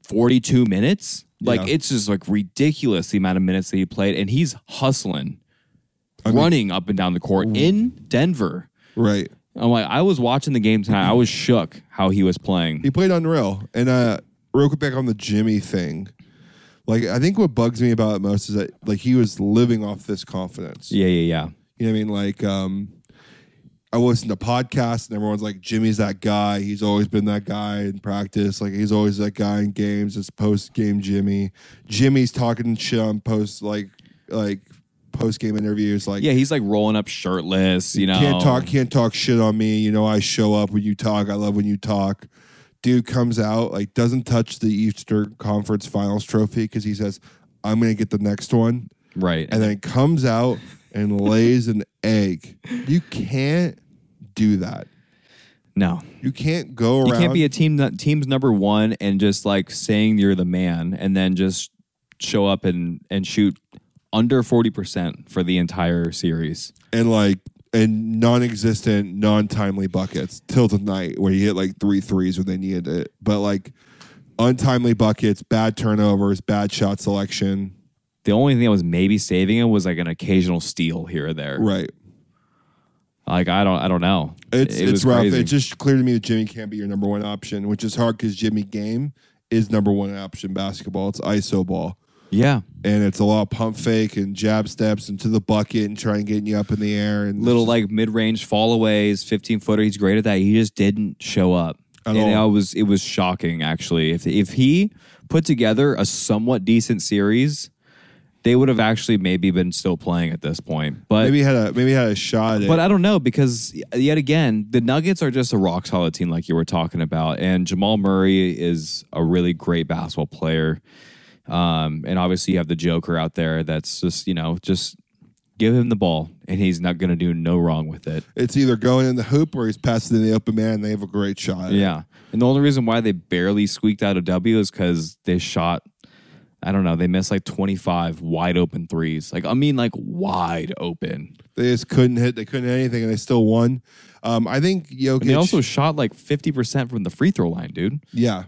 Speaker 2: 42 minutes. Like
Speaker 3: Yeah.
Speaker 2: it's just like ridiculous the amount of minutes that he played, and he's hustling, running up and down the court in Denver.
Speaker 3: Right.
Speaker 2: I'm like, I was watching the game tonight. I was shook how he was playing.
Speaker 3: He played unreal. And uh, real quick back on the Jimmy thing. Like I think what bugs me about it most is that like he was living off this confidence.
Speaker 2: Yeah, yeah,
Speaker 3: You know what I mean? Like um I listen to podcasts and everyone's like, Jimmy's that guy. He's always been that guy in practice. Like he's always that guy in games. It's post game Jimmy. Jimmy's talking shit on post like like post game interviews. Like
Speaker 2: yeah. Yeah, he's like rolling up shirtless. You know,
Speaker 3: can't talk, can't talk shit on me. You know, I show up when you talk. I love when you talk. Dude comes out, like doesn't touch the Easter Conference Finals trophy because he says, "I'm gonna get the next one,"
Speaker 2: Right.
Speaker 3: and then comes out and lays an egg. You can't do that.
Speaker 2: no,
Speaker 3: You can't go around.
Speaker 2: you can't be a team that team's number one and just like saying you're the man and then just show up and and shoot under 40% for the entire series.
Speaker 3: and like and non-existent, non-timely buckets till tonight, where you hit like three threes when they needed it. But like untimely buckets, bad turnovers, bad shot selection.
Speaker 2: The only thing that was maybe saving him was like an occasional steal here or there.
Speaker 3: Right.
Speaker 2: Like I don't I don't know.
Speaker 3: It's
Speaker 2: It
Speaker 3: it's
Speaker 2: was
Speaker 3: rough.
Speaker 2: crazy.
Speaker 3: It's just clear to me that Jimmy can't be your number one option, which is hard because Jimmy game is number one option basketball. It's ISO ball,
Speaker 2: yeah.
Speaker 3: and it's a lot of pump fake and jab steps into the bucket and trying getting you up in the air and
Speaker 2: Little like mid range fallaways, 15 footer. He's great at that. He just didn't show up.
Speaker 3: At
Speaker 2: and
Speaker 3: all.
Speaker 2: I was it was shocking actually. If if he put together a somewhat decent series, they would have actually maybe been still playing at this point. But
Speaker 3: maybe he had a maybe he had a shot. At
Speaker 2: But
Speaker 3: it.
Speaker 2: I don't know because yet again, the Nuggets are just a rock solid team, like you were talking about, and Jamal Murray is a really great basketball player. Um, and obviously, you have the Joker out there that's just you know just give him the ball, and he's not going to do no wrong with it.
Speaker 3: it's either going in the hoop or he's passing in the open man, and they have a great shot. at it.
Speaker 2: Yeah, and the only reason why they barely squeaked out a W is because they shot. I don't know. They missed like 25 wide open threes. Like, I mean, like wide open.
Speaker 3: they just couldn't hit. They couldn't hit anything, and they still won. Um, I think Jokic.
Speaker 2: And they also shot like 50% from the free throw line, dude.
Speaker 3: Yeah.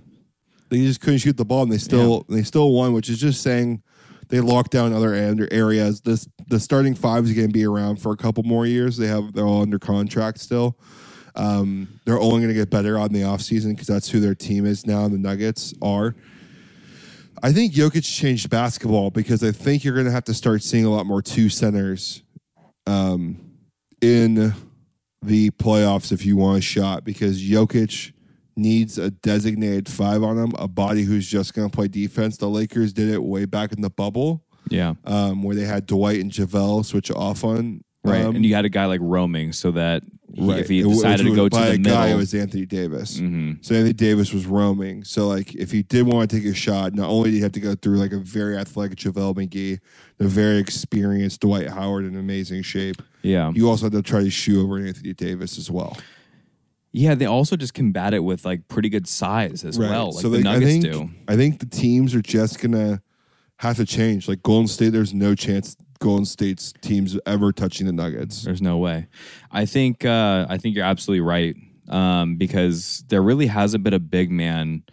Speaker 3: They just couldn't shoot the ball and they still they still won, which is just saying they locked down other and- areas. This the starting five is gonna be around for a couple more years. They have they're all under contract still. Um, they're only gonna get better on the offseason because that's who their team is now, the Nuggets are. I think Jokic changed basketball because I think you're gonna have to start seeing a lot more two centers um, in the playoffs if you want a shot because Jokic needs a designated five on him, a body who's just going to play defense. The Lakers did it way back in the bubble
Speaker 2: Yeah.
Speaker 3: um, where they had Dwight and JaVale switch off on.
Speaker 2: Right.
Speaker 3: um,
Speaker 2: and you had a guy like roaming so that he-
Speaker 3: right.
Speaker 2: if he
Speaker 3: It was-
Speaker 2: decided
Speaker 3: it
Speaker 2: to go
Speaker 3: was
Speaker 2: to
Speaker 3: by
Speaker 2: the
Speaker 3: a
Speaker 2: middle.
Speaker 3: guy, it was Anthony Davis.
Speaker 2: Mhm.
Speaker 3: So Anthony Davis was roaming. So like, if he did want to take a shot, not only did he have to go through like a very athletic JaVale McGee, the very experienced Dwight Howard in amazing shape,
Speaker 2: Yeah.
Speaker 3: you also had to try to shoe over Anthony Davis as well.
Speaker 2: Yeah. They also just combat it with like pretty good size as well. Like the
Speaker 3: like,
Speaker 2: Nuggets
Speaker 3: I think,
Speaker 2: do.
Speaker 3: I think the teams are just gonna have to change. Like Golden State, there's no chance Golden State's teams ever touching the Nuggets.
Speaker 2: There's no way. I think uh, I think you're absolutely right um, because there really hasn't been a big man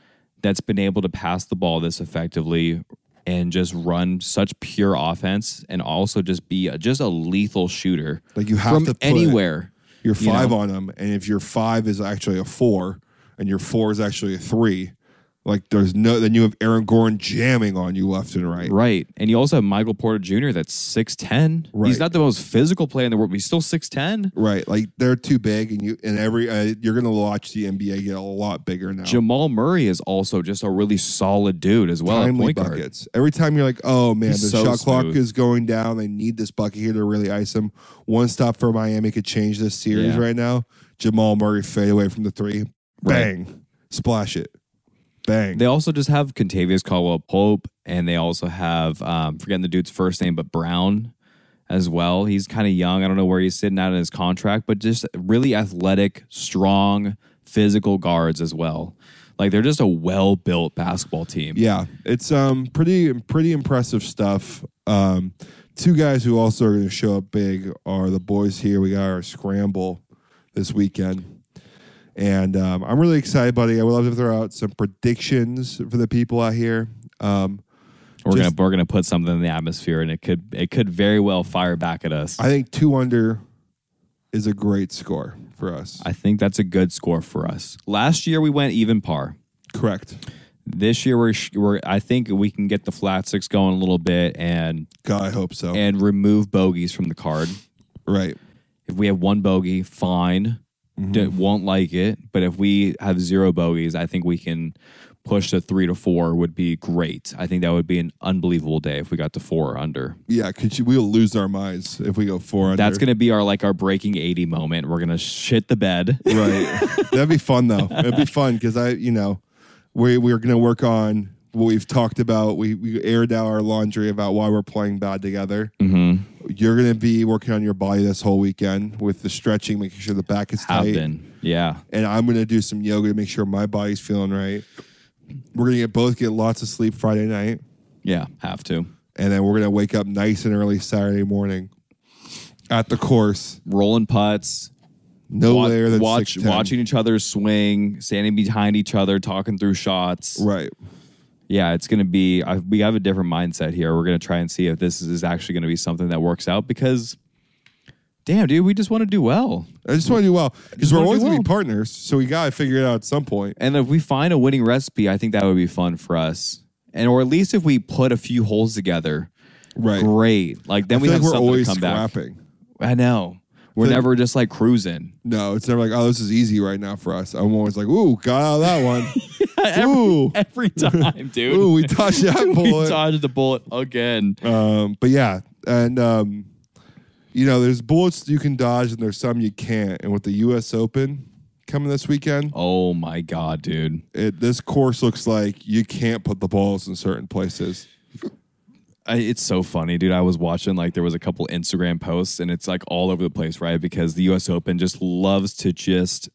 Speaker 2: that's been able to pass the ball this effectively and just run such pure offense and also just be a, just a lethal shooter
Speaker 3: Like you have
Speaker 2: from
Speaker 3: to put
Speaker 2: anywhere.
Speaker 3: your
Speaker 2: you
Speaker 3: five
Speaker 2: know?
Speaker 3: on them, and if your five is actually a four, and your four is actually a three, like there's no then you have Aaron Gordon jamming on you left and right.
Speaker 2: Right. And you also have Michael Porter Jr. that's 6'10. He's
Speaker 3: Right.
Speaker 2: not the most physical player in the world, but he's still 6'10.
Speaker 3: Right, like they're too big, and you and every uh, you're gonna watch the NBA get a lot bigger now.
Speaker 2: Jamal Murray is also just a really solid dude as well. at
Speaker 3: timely
Speaker 2: point guard.
Speaker 3: buckets. Every time you're like, oh man,
Speaker 2: He's
Speaker 3: the
Speaker 2: so
Speaker 3: shot clock
Speaker 2: smooth.
Speaker 3: is going down. They need this bucket here to really ice them. One stop for Miami could change this series
Speaker 2: Yeah.
Speaker 3: right now. Jamal Murray fade away from the three.
Speaker 2: Right.
Speaker 3: Bang. Splash it. Bang.
Speaker 2: They also just have Contavious Caldwell Pope, and they also have, um, forgetting the dude's first name, but Brown as well. He's kind of young. I don't know where he's sitting at in his contract, but just really athletic, strong, physical guards as well. Like they're just a well built basketball team.
Speaker 3: yeah. It's um pretty pretty impressive stuff. Um two guys who also are gonna show up big are the boys here. We got our scramble this weekend. And um, I'm really excited, buddy. I would love to throw out some predictions for the people out here. Um,
Speaker 2: We're
Speaker 3: Just-
Speaker 2: gonna we're gonna put something in the atmosphere, and it could it could very well fire back at us.
Speaker 3: I think two under is a great score for us.
Speaker 2: I think that's a good score for us. Last year we went even par.
Speaker 3: Correct.
Speaker 2: This year we're, sh- we're I think we can get the flat six going a little bit and
Speaker 3: God, I hope so.
Speaker 2: and remove bogeys from the card.
Speaker 3: right.
Speaker 2: If we have one bogey, fine.
Speaker 3: Mm-hmm.
Speaker 2: D- won't like it. But if we have zero bogeys, I think we can push to three to four would be great. I think that would be an unbelievable day if we got to four or under.
Speaker 3: Yeah, could you, we'll lose our minds if we go four under.
Speaker 2: That's gonna be our like our breaking eighty moment. We're gonna shit the bed.
Speaker 3: right. That'd be fun though. It'd be fun because I, you know, we we're gonna work on what we've talked about. We we aired out our laundry about why we're playing bad together.
Speaker 2: Mm-hmm.
Speaker 3: You're gonna be working on your body this whole weekend with the stretching, making sure the back is
Speaker 2: Have
Speaker 3: tight,
Speaker 2: been. Yeah.
Speaker 3: and I'm gonna do some yoga to make sure my body's feeling right. We're gonna get both get lots of sleep Friday night,
Speaker 2: Yeah. Have to.
Speaker 3: and then we're gonna wake up nice and early Saturday morning at the course.
Speaker 2: Rolling putts.
Speaker 3: No
Speaker 2: wa-
Speaker 3: later than
Speaker 2: watch
Speaker 3: 6'10".
Speaker 2: watching each other swing, standing behind each other, talking through shots.
Speaker 3: Right.
Speaker 2: Yeah, it's going to be. I, we have a different mindset here. We're going to try and see if this is actually going to be something that works out because, damn, dude, we just want to do well.
Speaker 3: I just want to do well because we're
Speaker 2: wanna
Speaker 3: always
Speaker 2: do
Speaker 3: gonna
Speaker 2: well.
Speaker 3: be partners, so we gotta figure it out at some point.
Speaker 2: And if we find a winning recipe, I think that would be fun for us. And or at least if we put a few holes together,
Speaker 3: Right.
Speaker 2: great. Like then
Speaker 3: I
Speaker 2: we
Speaker 3: feel
Speaker 2: have
Speaker 3: like we're
Speaker 2: something
Speaker 3: always
Speaker 2: to come
Speaker 3: scrapping.
Speaker 2: back. I know. We're
Speaker 3: Feel like-
Speaker 2: never just like cruising.
Speaker 3: No, it's never like, oh, this is easy right now for us. I'm always like, ooh, got out of that one. ooh,
Speaker 2: Every time, dude.
Speaker 3: ooh, we touched that
Speaker 2: We
Speaker 3: bullet.
Speaker 2: dodged the bullet again.
Speaker 3: um, but yeah, and um, you know, there's bullets you can dodge, and there's some you can't. And with the U.S. Open coming this weekend,
Speaker 2: Oh my god, dude.
Speaker 3: it, this course looks like you can't put the balls in certain places.
Speaker 2: I, it's so funny, dude. I was watching like there was a couple Instagram posts, and it's like all over the place, right? Because the U.S. Open just loves to just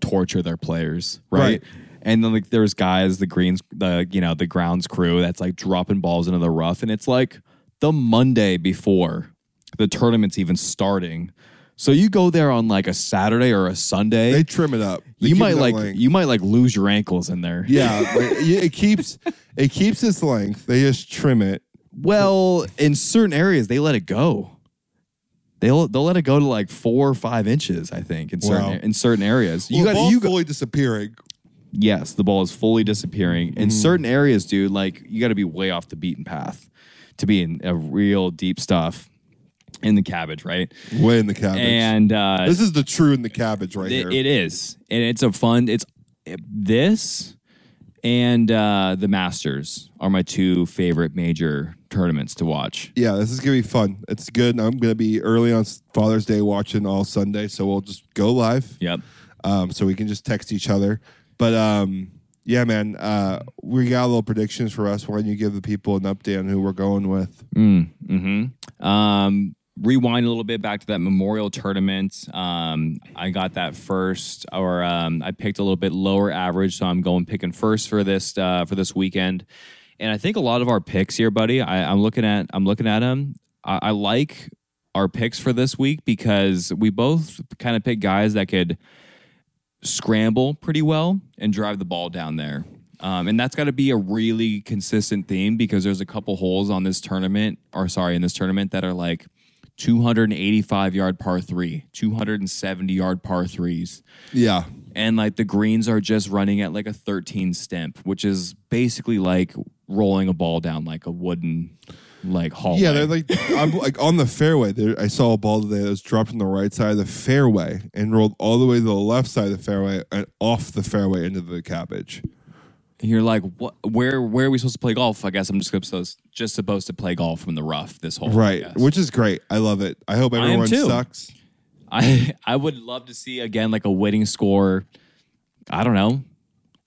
Speaker 2: torture their players, right?
Speaker 3: Right.
Speaker 2: And then like there's guys, the greens, the you know the grounds crew that's like dropping balls into the rough, and it's like the Monday before the tournament's even starting. So you go there on like a Saturday or a Sunday,
Speaker 3: They trim it up. They
Speaker 2: you
Speaker 3: keep
Speaker 2: might
Speaker 3: that
Speaker 2: like
Speaker 3: length.
Speaker 2: you might like lose your ankles in there.
Speaker 3: yeah, like, it it keeps it keeps its length. They just trim it.
Speaker 2: Well, in certain areas, they let it go. They'll they'll let it go to like four or five inches, I think, in certain
Speaker 3: Wow.
Speaker 2: in certain areas. You
Speaker 3: Well, the
Speaker 2: got
Speaker 3: ball's
Speaker 2: you got
Speaker 3: fully disappearing.
Speaker 2: yes, the ball is fully disappearing
Speaker 3: Mm.
Speaker 2: in certain areas, dude. Like you got to be way off the beaten path to be in a real deep stuff in the cabbage, right?
Speaker 3: Way in the cabbage.
Speaker 2: And uh,
Speaker 3: this is the true in the cabbage right
Speaker 2: it-
Speaker 3: here.
Speaker 2: it is, and it's a fun. It's this and uh, the Masters are my two favorite major tournaments to watch.
Speaker 3: yeah, this is gonna be fun. It's good. I'm gonna be early on S- Father's Day watching all Sunday, so we'll just go live.
Speaker 2: Yep.
Speaker 3: Um, so we can just text each other. But um, yeah, man, uh, we got a little predictions for us. Why don't you give the people an update on who we're going with?
Speaker 2: Mm-hmm. Um, rewind a little bit back to that memorial tournament. Um, I got that first, or um, I picked a little bit lower average, so I'm going picking first for this uh, for this weekend. And I think a lot of our picks here, buddy. I, I'm looking at I'm looking at them. I, I like our picks for this week because we both kind of pick guys that could scramble pretty well and drive the ball down there. Um, and that's got to be a really consistent theme because there's a couple holes on this tournament, or sorry, in this tournament that are like 285 yard par three, 270 yard par threes.
Speaker 3: Yeah,
Speaker 2: And like the greens are just running at like a 13 stemp, which is basically like rolling a ball down like a wooden like hallway.
Speaker 3: yeah, they're like I'm like on the fairway. There, I saw a ball today that was dropped on the right side of the fairway and rolled all the way to the left side of the fairway and off the fairway into the cabbage.
Speaker 2: And you're like, what? Where? Where are we supposed to play golf? I guess I'm just supposed just supposed to play golf from the rough this whole
Speaker 3: Right, which is great. I love it. I hope
Speaker 2: am
Speaker 3: everyone
Speaker 2: too.
Speaker 3: sucks.
Speaker 2: I I would love to see again like a winning score. I don't know,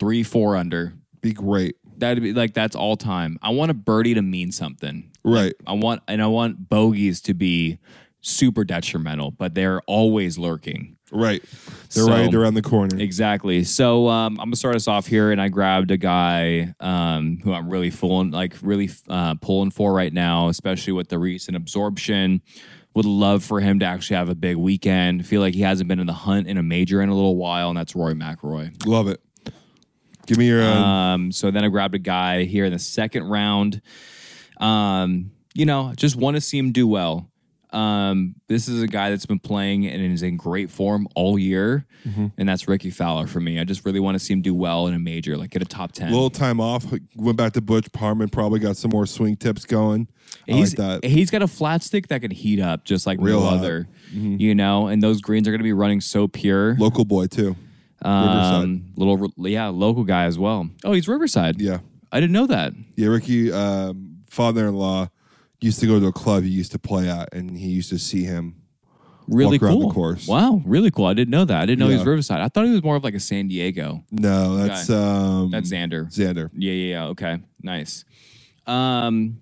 Speaker 2: three, four under.
Speaker 3: Be great.
Speaker 2: That'd be like that's all time. I want a birdie to mean something.
Speaker 3: Right.
Speaker 2: I want and I want bogeys to be super detrimental, but they're always lurking.
Speaker 3: Right. They're
Speaker 2: So-
Speaker 3: right around the corner.
Speaker 2: Exactly. So um, I'm gonna start us off here, and I grabbed a guy um, who I'm really fooling, like really uh, pulling for right now, especially with the recent absorption. Would love for him to actually have a big weekend. Feel like he hasn't been in the hunt in a major in a little while, and that's Roy McIlroy.
Speaker 3: Love it. Give me your uh, own.
Speaker 2: Um, so then I grabbed a guy here in the second round. Um, you know, just want to see him do well. Um, this is a guy that's been playing and is in great form all year,
Speaker 3: Mm-hmm.
Speaker 2: and that's Ricky Fowler for me. I just really want to see him do well in a major, like get a top ten.
Speaker 3: Little time off, went back to Butch Parman, probably got some more swing tips going. I
Speaker 2: he's,
Speaker 3: like that.
Speaker 2: he's got a flat stick that can heat up just like
Speaker 3: Real
Speaker 2: no
Speaker 3: hot. Mm-hmm.
Speaker 2: other, you know. And those greens are going to be running so pure.
Speaker 3: Local boy too. Riverside.
Speaker 2: Um, little, yeah, local guy as well. Oh, he's Riverside.
Speaker 3: Yeah.
Speaker 2: I didn't know that.
Speaker 3: Yeah, Ricky, um, father-in-law used to go to a club he used to play at, and he used to see him.
Speaker 2: Really
Speaker 3: Walk around the
Speaker 2: cool.
Speaker 3: course.
Speaker 2: Wow, really cool. I didn't know that. I didn't know he was
Speaker 3: Yeah.
Speaker 2: Riverside. I thought he was more of like a San Diego.
Speaker 3: No, that's um,
Speaker 2: That's Xander.
Speaker 3: Xander.
Speaker 2: Yeah, yeah, yeah. Okay, nice. Um,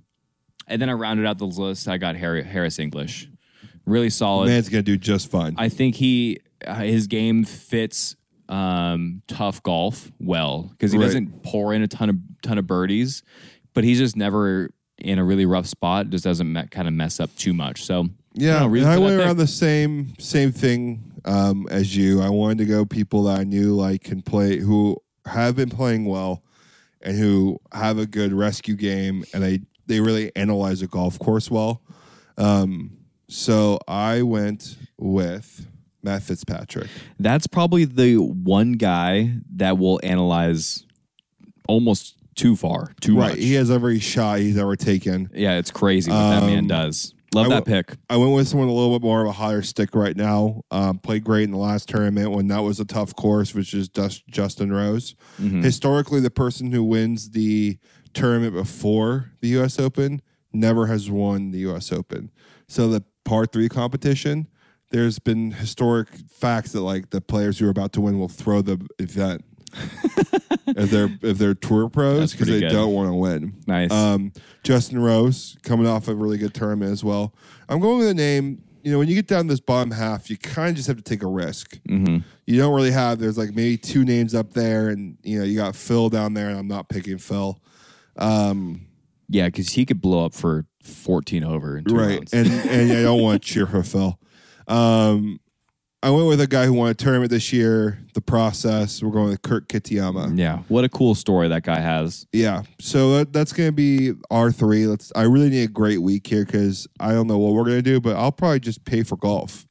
Speaker 2: and then I rounded out the list. I got Har- Harris English, really solid.
Speaker 3: Man's gonna do just fine.
Speaker 2: I think he uh, his game fits um, tough golf well because he
Speaker 3: Right.
Speaker 2: doesn't pour in a ton of ton of birdies, but he's just never in a really rough spot. Just doesn't me- kind of mess up too much. So
Speaker 3: yeah,
Speaker 2: no
Speaker 3: and
Speaker 2: reason
Speaker 3: I
Speaker 2: for that
Speaker 3: went
Speaker 2: pick.
Speaker 3: around the same same thing um, as you. I wanted to go people that I knew like can play who have been playing well and who have a good rescue game, and they they really analyze a golf course well. Um, so I went with Matt Fitzpatrick.
Speaker 2: that's probably the one guy that will analyze almost too far, too
Speaker 3: Right.
Speaker 2: much.
Speaker 3: He has every shot he's ever taken.
Speaker 2: Yeah, it's crazy what that man
Speaker 3: Um,
Speaker 2: does. Love
Speaker 3: I
Speaker 2: that
Speaker 3: will-
Speaker 2: pick.
Speaker 3: I went with someone a little bit more of a higher stick right now. Um, played great in the last tournament when that was a tough course, which is Dust, Justin Rose.
Speaker 2: Mm-hmm.
Speaker 3: Historically, the person who wins the tournament before the U.S. Open never has won the U.S. Open. So the par three competition, there's been historic facts that like the players who are about to win will throw the event if they're if they're tour pros
Speaker 2: That's
Speaker 3: because
Speaker 2: pretty
Speaker 3: they
Speaker 2: good.
Speaker 3: don't want to win.
Speaker 2: Nice.
Speaker 3: Um, Justin Rose coming off a really good tournament as well. I'm going with a name. You know, when you get down this bottom half, you kind of just have to take a risk. Mm-hmm. You don't really have. There's like maybe two names up there, and you know you got Phil down there, and I'm not picking Phil. Um,
Speaker 2: yeah, because he could blow up for 14 over in two
Speaker 3: right
Speaker 2: rounds.
Speaker 3: and and i don't want to cheer for phil um i went with a guy who won a tournament this year the process we're going with kurt kitayama
Speaker 2: yeah, what a cool story that guy has.
Speaker 3: yeah so that, that's gonna be r3 let's i really need a great week here because i don't know what we're gonna do but i'll probably just pay for golf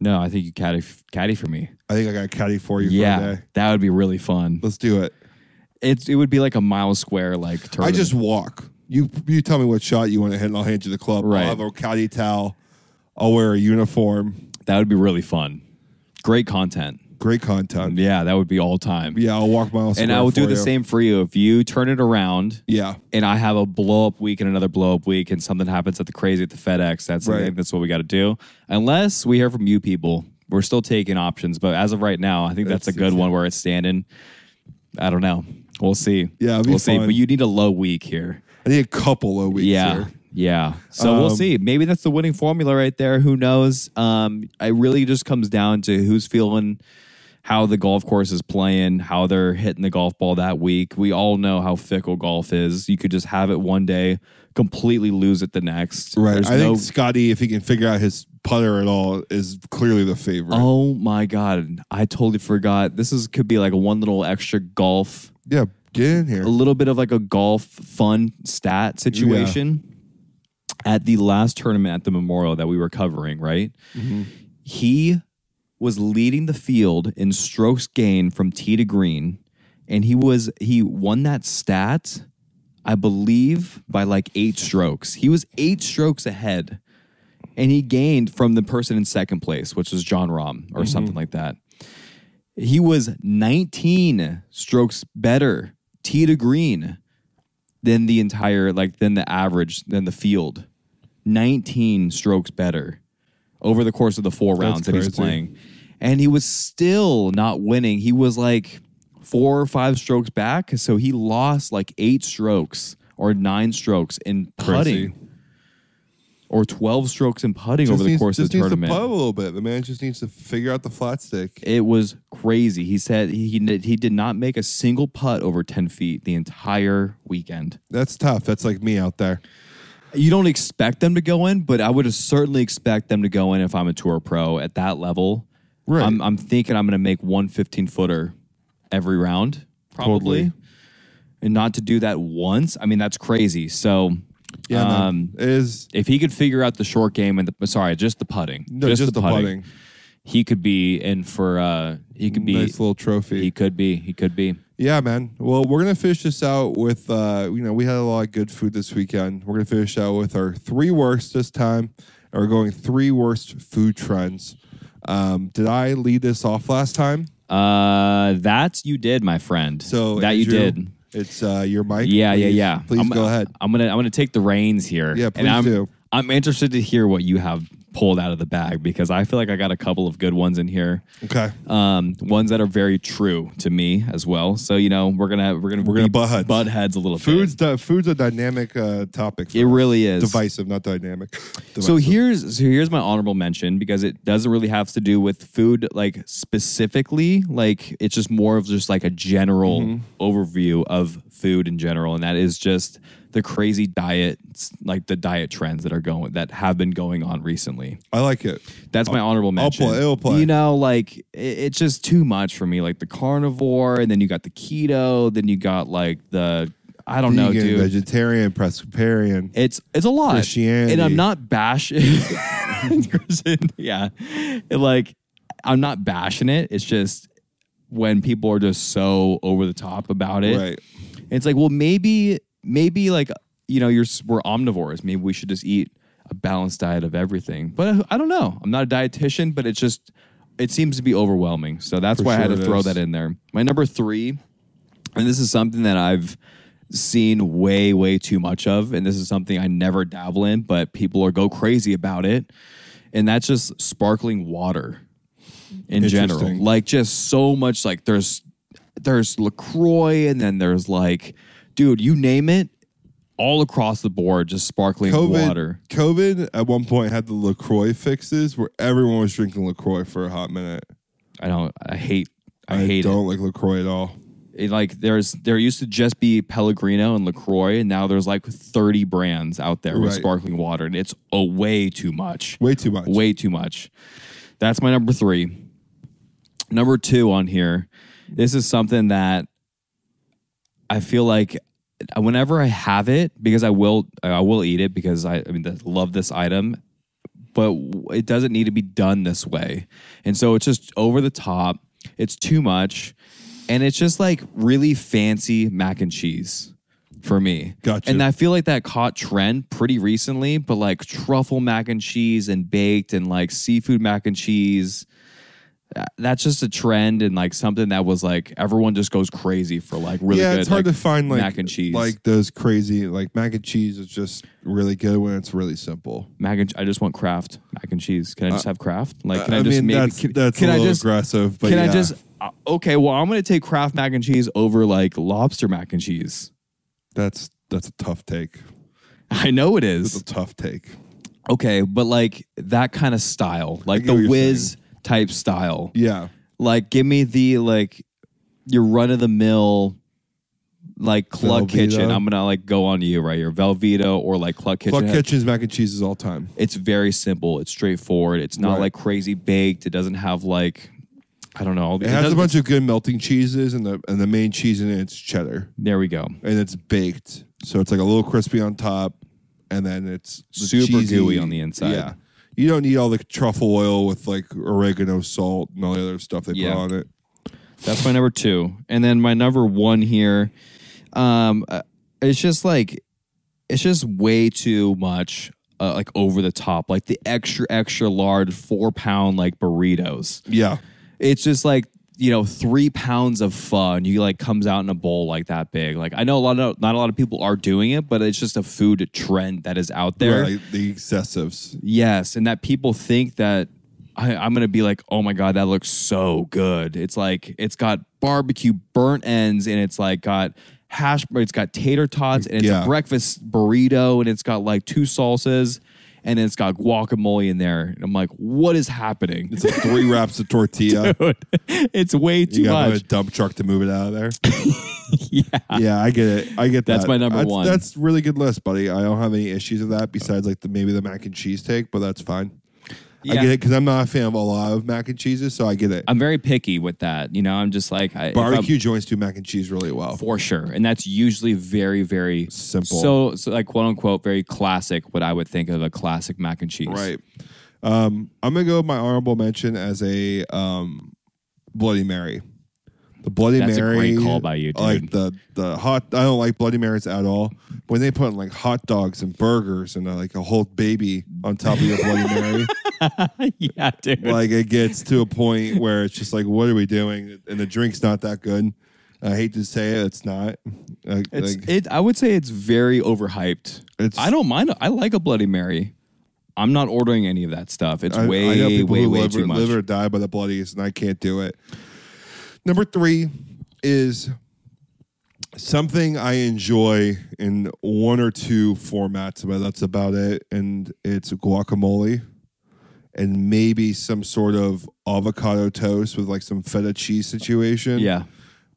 Speaker 2: No, I think you caddy caddy for me.
Speaker 3: i think i got a caddy for eh? you for a
Speaker 2: Yeah,
Speaker 3: day
Speaker 2: that would be really fun.
Speaker 3: let's do it
Speaker 2: It's it would be like a mile square like
Speaker 3: i
Speaker 2: tournament.
Speaker 3: just walk you you tell me what shot you want to hit and i'll hand you the club
Speaker 2: Right.
Speaker 3: i'll have a caddy towel i'll wear a uniform
Speaker 2: that would be really fun. Great content.
Speaker 3: great content
Speaker 2: Yeah, that would be all time.
Speaker 3: yeah i'll walk miles
Speaker 2: and
Speaker 3: square
Speaker 2: I will
Speaker 3: for
Speaker 2: do the
Speaker 3: you.
Speaker 2: same for you if you turn it around.
Speaker 3: yeah
Speaker 2: and I have a blow up week and another blow up week, and something happens at the crazy at the FedEx. That's I
Speaker 3: Right.
Speaker 2: think that's what we got to do. Unless we hear from you people, we're still taking options. But as of right now, I think that's,
Speaker 3: That's
Speaker 2: a good one where it's standing. I don't know. We'll see.
Speaker 3: Yeah, it'll be
Speaker 2: we'll see.
Speaker 3: fun.
Speaker 2: But you need a low week here.
Speaker 3: I need a couple of weeks.
Speaker 2: yeah.
Speaker 3: here.
Speaker 2: Yeah. So we'll
Speaker 3: Um,
Speaker 2: see. Maybe that's the winning formula right there. Who knows? Um, it really just comes down to who's feeling how the golf course is playing, how they're hitting the golf ball that week. We all know how fickle golf is. You could just have it one day, completely lose it the next.
Speaker 3: Right.
Speaker 2: There's
Speaker 3: I
Speaker 2: no-
Speaker 3: think Scotty, if he can figure out his putter at all, is clearly the favorite.
Speaker 2: Oh my God. I totally forgot. This is could be like a one little extra golf,
Speaker 3: yeah, get in here.
Speaker 2: a little bit of like a golf fun stat situation. At the last tournament at the memorial that we were covering, right?
Speaker 3: Mm-hmm.
Speaker 2: he was leading the field in strokes gained from tee to green and he was he won that stat i believe by like eight strokes he was eight strokes ahead and he gained from the person in second place which was john rahm or something like that he was 19 strokes better tee to green than the entire like than the average than the field 19 strokes better over the course of the four rounds that he's
Speaker 3: crazy.
Speaker 2: playing and he was still not winning he was like four or five strokes back so he lost like eight strokes or nine strokes in putting
Speaker 3: Crazy.
Speaker 2: or 12 strokes in putting over the
Speaker 3: needs,
Speaker 2: course of
Speaker 3: just
Speaker 2: the
Speaker 3: needs
Speaker 2: tournament
Speaker 3: to putt a little bit. The man just needs to figure out the flat stick.
Speaker 2: it was crazy. He said he he did not make a single putt over ten feet the entire weekend.
Speaker 3: That's tough. That's like me out there.
Speaker 2: You don't expect them to go in, but I would certainly expect them to go in if I'm a tour pro at that level.
Speaker 3: Right.
Speaker 2: I'm, I'm thinking I'm going to make one 15 footer every round, probably,
Speaker 3: Totally.
Speaker 2: and not to do that once. I mean, that's crazy. So
Speaker 3: Yeah, man.
Speaker 2: Um,
Speaker 3: it is
Speaker 2: If he could figure out the short game and the sorry, just the putting,
Speaker 3: no, just, the putting.
Speaker 2: he could be in for. uh He could be.
Speaker 3: nice little trophy.
Speaker 2: he could be. He could be.
Speaker 3: Yeah, man. Well, we're gonna finish this out with uh, you know, we had a lot of good food this weekend. We're gonna finish out with our three worst this time, and we're going three worst food trends. Um, did I lead this off last time?
Speaker 2: Uh, that you did, my friend.
Speaker 3: So
Speaker 2: that you
Speaker 3: Andrew,
Speaker 2: did.
Speaker 3: It's uh, your mic.
Speaker 2: Yeah, yeah,
Speaker 3: Please-
Speaker 2: yeah.
Speaker 3: Please
Speaker 2: I'm,
Speaker 3: go ahead.
Speaker 2: I'm gonna I'm gonna take the reins here.
Speaker 3: Yeah, please
Speaker 2: and I'm,
Speaker 3: do.
Speaker 2: I'm interested to hear what you have pulled out of the bag because I feel like I got a couple of good ones in here.
Speaker 3: Okay.
Speaker 2: Um, ones that are very true to me as well. So you know we're gonna we're gonna we're
Speaker 3: gonna butt heads.
Speaker 2: butt heads a little.
Speaker 3: Food's di- food's a dynamic uh, topic.
Speaker 2: Bit. It really is.
Speaker 3: divisive, not dynamic.
Speaker 2: So
Speaker 3: Divisive.
Speaker 2: here's so here's my honorable mention because it doesn't really have to do with food like specifically like it's just more of just like a general
Speaker 3: Mm-hmm.
Speaker 2: overview of food in general and that is just the crazy diets like the diet trends that are going that have been going on recently.
Speaker 3: I like it.
Speaker 2: That's my honorable mention.
Speaker 3: play- it'll play.
Speaker 2: You know, like it, it's just too much for me. Like the carnivore, and then you got the keto, then you got like the I don't know,
Speaker 3: Vegan,
Speaker 2: dude.
Speaker 3: vegetarian, Presbyterian.
Speaker 2: It's it's a lot.
Speaker 3: Christianity.
Speaker 2: And I'm not bashing yeah. And, like I'm not bashing it. It's just when people are just so over the top about it.
Speaker 3: Right.
Speaker 2: It's like, well, maybe maybe like you know, you're s- we're omnivores. Maybe we should just eat a balanced diet of everything. But I, I don't know. I'm not a dietitian, but it's just it seems to be overwhelming. So that's
Speaker 3: For
Speaker 2: why I had
Speaker 3: sure
Speaker 2: to
Speaker 3: it
Speaker 2: throw
Speaker 3: is.
Speaker 2: that in there. My number 3 and this is something that I've seen way, way too much of. And this is something I never dabble in, but people are go crazy about it. And that's just sparkling water in general.
Speaker 3: Interesting.
Speaker 2: Like just so much like there's there's LaCroix and then there's like, dude, you name it, all across the board, just sparkling
Speaker 3: COVID,
Speaker 2: water.
Speaker 3: COVID at one point had the LaCroix fixes where everyone was drinking LaCroix for a hot minute.
Speaker 2: I don't I hate I, hate it.
Speaker 3: don't like LaCroix at all.
Speaker 2: it, like there's there used to just be Pellegrino and Lacroix, and now there's like 30 brands out there with
Speaker 3: Right.
Speaker 2: sparkling water, and it's a way too much,
Speaker 3: Way too much.
Speaker 2: way too much. That's my number three. Number two on here, this is something that I feel like whenever I have it, because I will, I will eat it because I, I mean, I love this item, but w- it doesn't need to be done this way. And so it's just over the top. It's too much, and it's just like really fancy mac and cheese for me.
Speaker 3: Gotcha.
Speaker 2: And I feel like that caught trend pretty recently, but like truffle mac and cheese and baked and like seafood mac and cheese. uh, That's just a trend and like something that was like everyone just goes crazy for like really
Speaker 3: yeah,
Speaker 2: good.
Speaker 3: it's hard
Speaker 2: like,
Speaker 3: to find like
Speaker 2: mac and cheese.
Speaker 3: like those crazy like mac and cheese is just really good when it's really simple.
Speaker 2: mac and I just want Kraft mac and cheese. Can I just have Kraft? Like, can I,
Speaker 3: Uh, I
Speaker 2: just
Speaker 3: mean
Speaker 2: make?
Speaker 3: that's
Speaker 2: can,
Speaker 3: that's
Speaker 2: can
Speaker 3: a little
Speaker 2: I just
Speaker 3: aggressive, but
Speaker 2: can I
Speaker 3: yeah.
Speaker 2: just? uh, Okay, well, I'm gonna take Kraft mac and cheese over like lobster mac and cheese.
Speaker 3: that's that's a tough take.
Speaker 2: I know it
Speaker 3: It's
Speaker 2: is
Speaker 3: a tough take.
Speaker 2: okay, but like that kind of style, like
Speaker 3: get
Speaker 2: the
Speaker 3: what you're
Speaker 2: whiz type style.
Speaker 3: Yeah.
Speaker 2: Like, give me the like your run of the mill. Like Cluck
Speaker 3: Velveeta.
Speaker 2: Kitchen, I'm gonna like go on you right here. Velveeta or like Cluck Kitchen.
Speaker 3: Cluck
Speaker 2: has-
Speaker 3: Kitchen's mac and cheese is all time.
Speaker 2: it's very simple. It's straightforward. It's not
Speaker 3: Right.
Speaker 2: like crazy baked. It doesn't have like I don't know. all the-
Speaker 3: It has a
Speaker 2: doesn't-
Speaker 3: bunch of good melting cheeses and the and the main cheese in it's cheddar.
Speaker 2: There we go.
Speaker 3: and it's baked, so it's like a little crispy on top, and then it's the
Speaker 2: Super gooey on the inside.
Speaker 3: Yeah, you don't need all the truffle oil with like oregano, salt, and all the other stuff they
Speaker 2: Yeah.
Speaker 3: put on it.
Speaker 2: That's my number two, and then my number one here. Um, uh, it's just like it's just way too much. Uh, like over the top, like the extra extra large four pound like burritos.
Speaker 3: Yeah,
Speaker 2: it's just like you know three pounds of pho and you like comes out in a bowl like that big like i know a lot of not a lot of people are doing it but it's just a food trend that is out there
Speaker 3: Right, like the excessives.
Speaker 2: yes and that people think that I, i'm gonna be like oh my god that looks so good it's like it's got barbecue burnt ends and it's like got hash it's got tater tots and it's
Speaker 3: Yeah.
Speaker 2: a breakfast burrito and it's got like two salsas and it's got guacamole in there and i'm like what is happening
Speaker 3: It's like three wraps of tortilla.
Speaker 2: it's way too
Speaker 3: You gotta
Speaker 2: much
Speaker 3: have a dump truck to move it out of there. yeah, yeah, I get it. I get
Speaker 2: That's
Speaker 3: that.
Speaker 2: my number
Speaker 3: that's,
Speaker 2: one.
Speaker 3: That's really good list, buddy. I don't have any issues with that besides like the maybe the mac and cheese take, but that's fine.
Speaker 2: Yeah.
Speaker 3: I get it because I'm not a fan of a lot of mac and cheeses, so I get it.
Speaker 2: I'm very picky with that. You know, I'm just like I, if I'm-
Speaker 3: Barbecue joints do mac and cheese really well.
Speaker 2: for sure, and that's usually very very
Speaker 3: Simple.
Speaker 2: So, so like quote unquote, very classic. What I would think of a classic mac and cheese.
Speaker 3: Right. Um, I'm gonna go with my honorable mention as a um, Bloody Mary. The Bloody
Speaker 2: That's a
Speaker 3: Mary.
Speaker 2: great call by you, dude.
Speaker 3: Like the the hot. I don't like Bloody Marys at all. When they put like hot dogs and burgers and uh, like a whole baby on top of your Bloody Mary,
Speaker 2: yeah, dude.
Speaker 3: like it gets to a point where it's just like, what are we doing? And the drink's not that good. I hate to say it, it's not. Like,
Speaker 2: It's,
Speaker 3: like-
Speaker 2: it, I would say it's very overhyped.
Speaker 3: It's-
Speaker 2: I don't mind. I like a Bloody Mary. I'm not ordering any of that stuff. It's
Speaker 3: I-
Speaker 2: way,
Speaker 3: I know people
Speaker 2: way,
Speaker 3: who
Speaker 2: way
Speaker 3: live,
Speaker 2: too
Speaker 3: or,
Speaker 2: much.
Speaker 3: live or die by the bloodies, and I can't do it. Number three is something I enjoy in one or two formats, but that's about it. And it's guacamole and maybe some sort of avocado toast with like some feta cheese situation.
Speaker 2: yeah,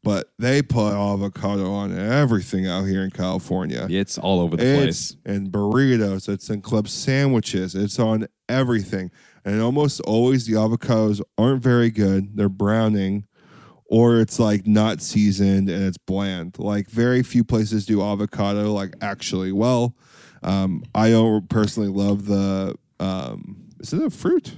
Speaker 3: But they put avocado on everything out here in California.
Speaker 2: it's all over the
Speaker 3: It's
Speaker 2: place.
Speaker 3: in burritos. It's in club sandwiches. It's on everything. And almost always the avocados aren't very good. They're browning or it's like not seasoned and it's bland. Like very few places do avocado like actually well. Um, I don't personally love the, um, is it a fruit?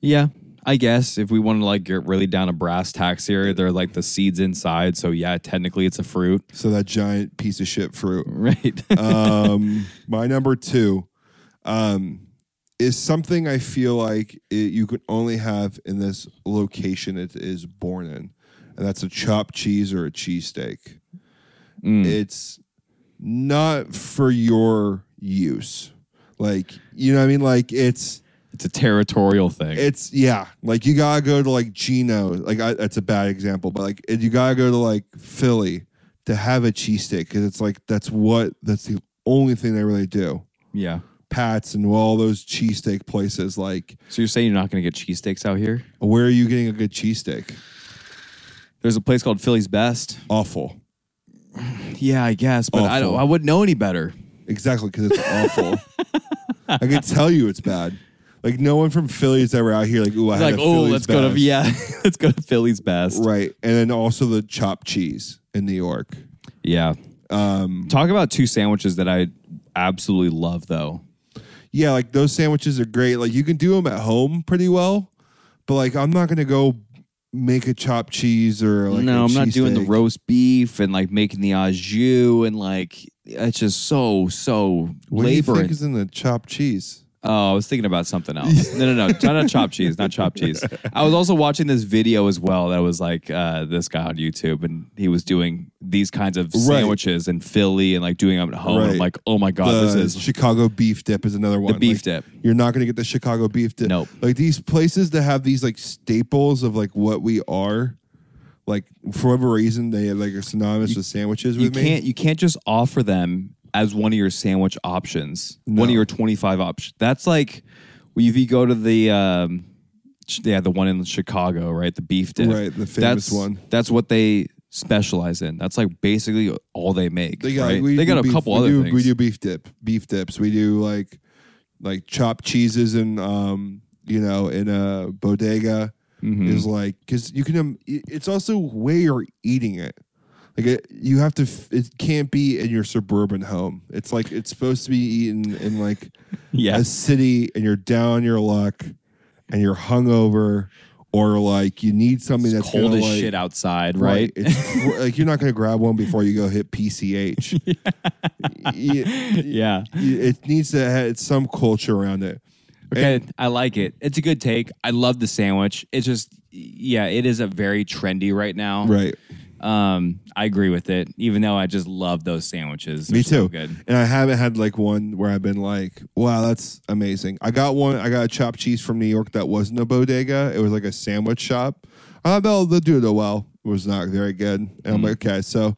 Speaker 2: Yeah, I guess if we want to like get really down a brass tax here, they're like the seeds inside. So yeah, technically it's a fruit,
Speaker 3: So that giant piece of shit fruit.
Speaker 2: right?
Speaker 3: um, my number two um, is something I feel like it, you can only have in this location it is born in, and that's a chopped cheese or a cheesesteak.
Speaker 2: Mm. Hmm.
Speaker 3: It's not for your use. Like, you know what I mean? Like, it's.
Speaker 2: it's a territorial thing.
Speaker 3: It's yeah, like you gotta go to like Gino. Like I, that's a bad example, but like you gotta go to like Philly to have a cheesesteak because it's like that's what that's the only thing they really do.
Speaker 2: yeah.
Speaker 3: Pat's and all those cheesesteak places. Like,
Speaker 2: So you're saying you're not going to get cheesesteaks out here?
Speaker 3: where are you getting a good cheesesteak?
Speaker 2: There's a place called Philly's Best.
Speaker 3: Awful.
Speaker 2: Yeah, I guess, but I don't.
Speaker 3: Awful.
Speaker 2: I wouldn't know any better.
Speaker 3: Exactly, because it's awful. I can tell you it's bad. Like no one from Philly is ever out here. Like, ooh, I
Speaker 2: It's
Speaker 3: had
Speaker 2: like,
Speaker 3: a
Speaker 2: oh,
Speaker 3: Philly's
Speaker 2: let's go to
Speaker 3: best."
Speaker 2: yeah, let's go to Philly's Best.
Speaker 3: Right, and then also the chopped cheese in New York.
Speaker 2: Yeah. Um, Talk about two sandwiches that I absolutely love, though.
Speaker 3: yeah, like those sandwiches are great. Like you can do them at home pretty well, but like I'm not gonna go make a chopped cheese or like
Speaker 2: no,
Speaker 3: i
Speaker 2: I'm not doing the roast beef and like making the au jus and like it's just so so
Speaker 3: What do you
Speaker 2: labor.
Speaker 3: think is in the chopped cheese?
Speaker 2: oh, I was thinking about something else. no, no, no, not chopped cheese, not chopped cheese. I was also watching this video as well that was like uh, this guy on YouTube and he was doing these kinds of
Speaker 3: Right.
Speaker 2: sandwiches in Philly and like doing them at home. And I'm
Speaker 3: Right.
Speaker 2: like, oh my god,
Speaker 3: the
Speaker 2: this is
Speaker 3: Chicago beef dip is another one.
Speaker 2: beef
Speaker 3: Like,
Speaker 2: dip.
Speaker 3: You're not gonna get the Chicago beef dip.
Speaker 2: Nope.
Speaker 3: Like these places that have these like staples of like what we are. Like for whatever reason, they like are synonymous with sandwiches
Speaker 2: you
Speaker 3: with me.
Speaker 2: can't you can't just offer them as one of your sandwich options, one of your twenty five options. That's like if you go to the um, ch- yeah the one in Chicago, right? The beef dip,
Speaker 3: Right, the famous
Speaker 2: that's,
Speaker 3: one.
Speaker 2: That's what they specialize in. That's like basically all they make.
Speaker 3: They got
Speaker 2: right?
Speaker 3: like, we
Speaker 2: they
Speaker 3: do
Speaker 2: got a
Speaker 3: beef-
Speaker 2: couple
Speaker 3: we
Speaker 2: other
Speaker 3: do,
Speaker 2: things.
Speaker 3: We do beef dip, beef dips. We do like like chopped cheeses and um you know in a bodega
Speaker 2: Mm-hmm. Hmm.
Speaker 3: is like because you can. Um, i- it's also where you're eating it. Like it, you have to. f- It can't be in your suburban home. It's like it's supposed to be eaten in like
Speaker 2: Yeah.
Speaker 3: a city, and you're down on your luck, and you're hungover, or like you need something that's
Speaker 2: Cold
Speaker 3: gonna,
Speaker 2: as
Speaker 3: like,
Speaker 2: shit outside, right?
Speaker 3: It's, like you're not going to grab one before you go hit PCH. yeah.
Speaker 2: yeah.
Speaker 3: It needs to have some culture around it.
Speaker 2: Okay, I like it. It's a good take. I love the sandwich. It's just, yeah, it is a very trendy right now.
Speaker 3: Right.
Speaker 2: Um, I agree with it. Even though I just love those sandwiches. They're
Speaker 3: Me
Speaker 2: so
Speaker 3: too.
Speaker 2: good.
Speaker 3: And I haven't had like one where I've been like, wow, that's amazing. I got one. I got a chopped cheese from New York that wasn't a bodega. It was like a sandwich shop. I thought "Oh, they'll, they'll do it well. It was not very good. And I'm
Speaker 2: Mm.
Speaker 3: like, okay. So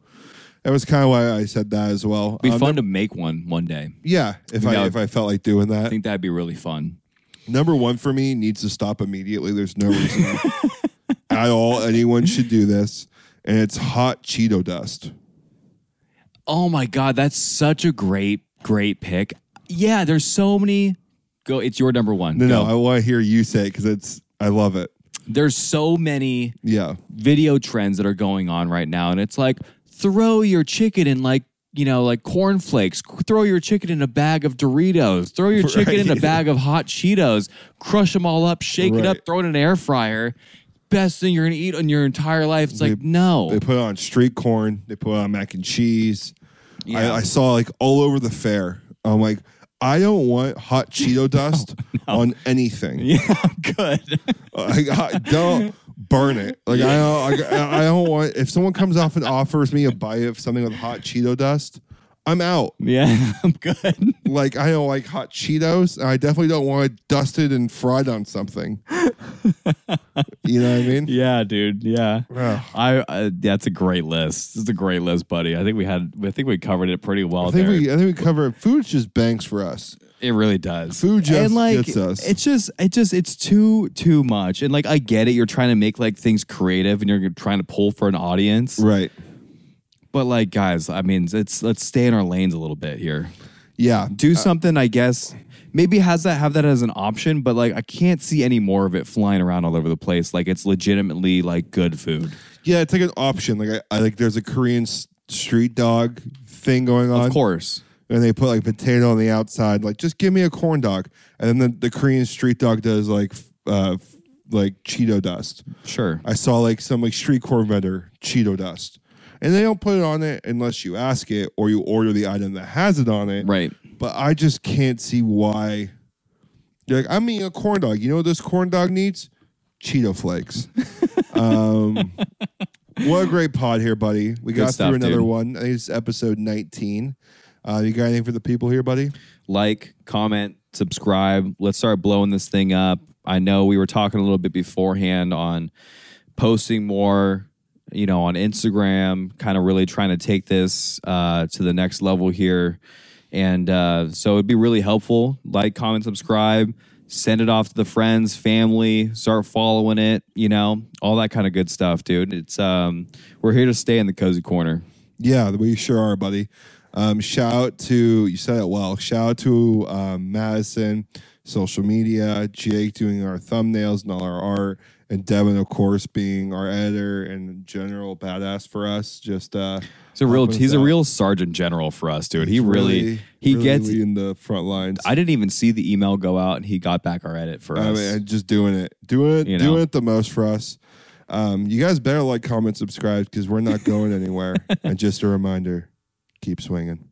Speaker 3: that was kind of why I said that as well.
Speaker 2: Be
Speaker 3: Um,
Speaker 2: fun to make one one day.
Speaker 3: Yeah. If
Speaker 2: You know,
Speaker 3: I if I felt like doing that.
Speaker 2: I think that'd be really fun.
Speaker 3: Number one for me needs to stop immediately. There's no reason at all anyone should do this. And it's hot Cheeto dust.
Speaker 2: Oh my god, that's such a great great pick. Yeah, there's so many Go. It's your number one.
Speaker 3: No, no,
Speaker 2: Go.
Speaker 3: I want to hear you say it because it's I love it.
Speaker 2: There's so many
Speaker 3: Yeah,
Speaker 2: video trends that are going on right now, and it's like throw your chicken in like you know like cornflakes, C- throw your chicken in a bag of Doritos, throw your chicken in a
Speaker 3: Right.
Speaker 2: bag of hot Cheetos, crush them all up, shake it up,
Speaker 3: Right.
Speaker 2: throw it in an air fryer. Best thing you're gonna eat in your entire life. It's like no,
Speaker 3: they put it on street corn. They put it on mac and cheese.
Speaker 2: Yeah.
Speaker 3: I, I saw like all over the fair. I'm like, I don't want hot Cheeto dust on anything.
Speaker 2: yeah, good.
Speaker 3: Like, I don't burn it. Like I don't. I, I don't want. If someone comes off and offers me a bite of something with hot Cheeto dust, I'm out.
Speaker 2: yeah, I'm good.
Speaker 3: Like I don't like hot Cheetos. And I definitely don't want it dusted and fried on something. you know what I mean?
Speaker 2: Yeah, dude. Yeah.
Speaker 3: Ugh.
Speaker 2: I, I that's a great list. It's a great list, buddy. I think we had I think we covered it pretty well
Speaker 3: I think
Speaker 2: there.
Speaker 3: we. I think we cover it. Food just banks for us.
Speaker 2: it really does.
Speaker 3: Food just
Speaker 2: and like
Speaker 3: gets us.
Speaker 2: it's just it just it's too too much. And like I get it, you're trying to make like things creative and you're trying to pull for an audience.
Speaker 3: Right.
Speaker 2: But like guys, I mean, it's let's stay in our lanes a little bit here.
Speaker 3: Yeah.
Speaker 2: Do something, I guess. Maybe has that have that as an option, but like I can't see any more of it flying around all over the place. Like it's legitimately like good food.
Speaker 3: Yeah. It's like an option. Like I, I like. There's a Korean s- street dog thing going on.
Speaker 2: Of course.
Speaker 3: and they put like potato on the outside. Like, just give me a corn dog. And then the, the Korean street dog does like f- uh, f- like Cheeto dust.
Speaker 2: Sure.
Speaker 3: I saw like some like street corn vendor Cheeto dust, and they don't put it on it unless you ask it or you order the item that has it on it.
Speaker 2: Right.
Speaker 3: But I just can't see why. You're like, I'm eating a corn dog. You know what this corn dog needs? Cheeto flakes. um, what a great pod here, buddy. We got
Speaker 2: stuff,
Speaker 3: through another
Speaker 2: dude.
Speaker 3: one. I think it's episode 19. Uh, you got anything for the people here, buddy?
Speaker 2: like, comment, subscribe. Let's start blowing this thing up. I know we were talking a little bit beforehand on posting more, you know, on Instagram, kind of really trying to take this uh, to the next level here. And uh, so it'd be really helpful. Like, comment, subscribe, send it off to the friends, family, start following it, you know, all that kind of good stuff, dude. It's um we're here to stay in the cozy corner.
Speaker 3: Yeah, we sure are, buddy. Um, shout out to you said it well. Shout out to um, Madison, social media, Jake doing our thumbnails and all our art, and Devin, of course, being our editor and general badass for us. Just uh,
Speaker 2: He's a real
Speaker 3: helping us
Speaker 2: he's a
Speaker 3: out.
Speaker 2: real sergeant general for us, dude. He really, he
Speaker 3: really
Speaker 2: gets
Speaker 3: leading the front lines.
Speaker 2: I didn't even see the email go out, and he got back our edit for
Speaker 3: I
Speaker 2: us.
Speaker 3: mean, and just doing it, doing it,
Speaker 2: You know.
Speaker 3: doing it the most for us. Um, you guys better like, comment, subscribe because we're not going anywhere. and just a reminder, keep swinging.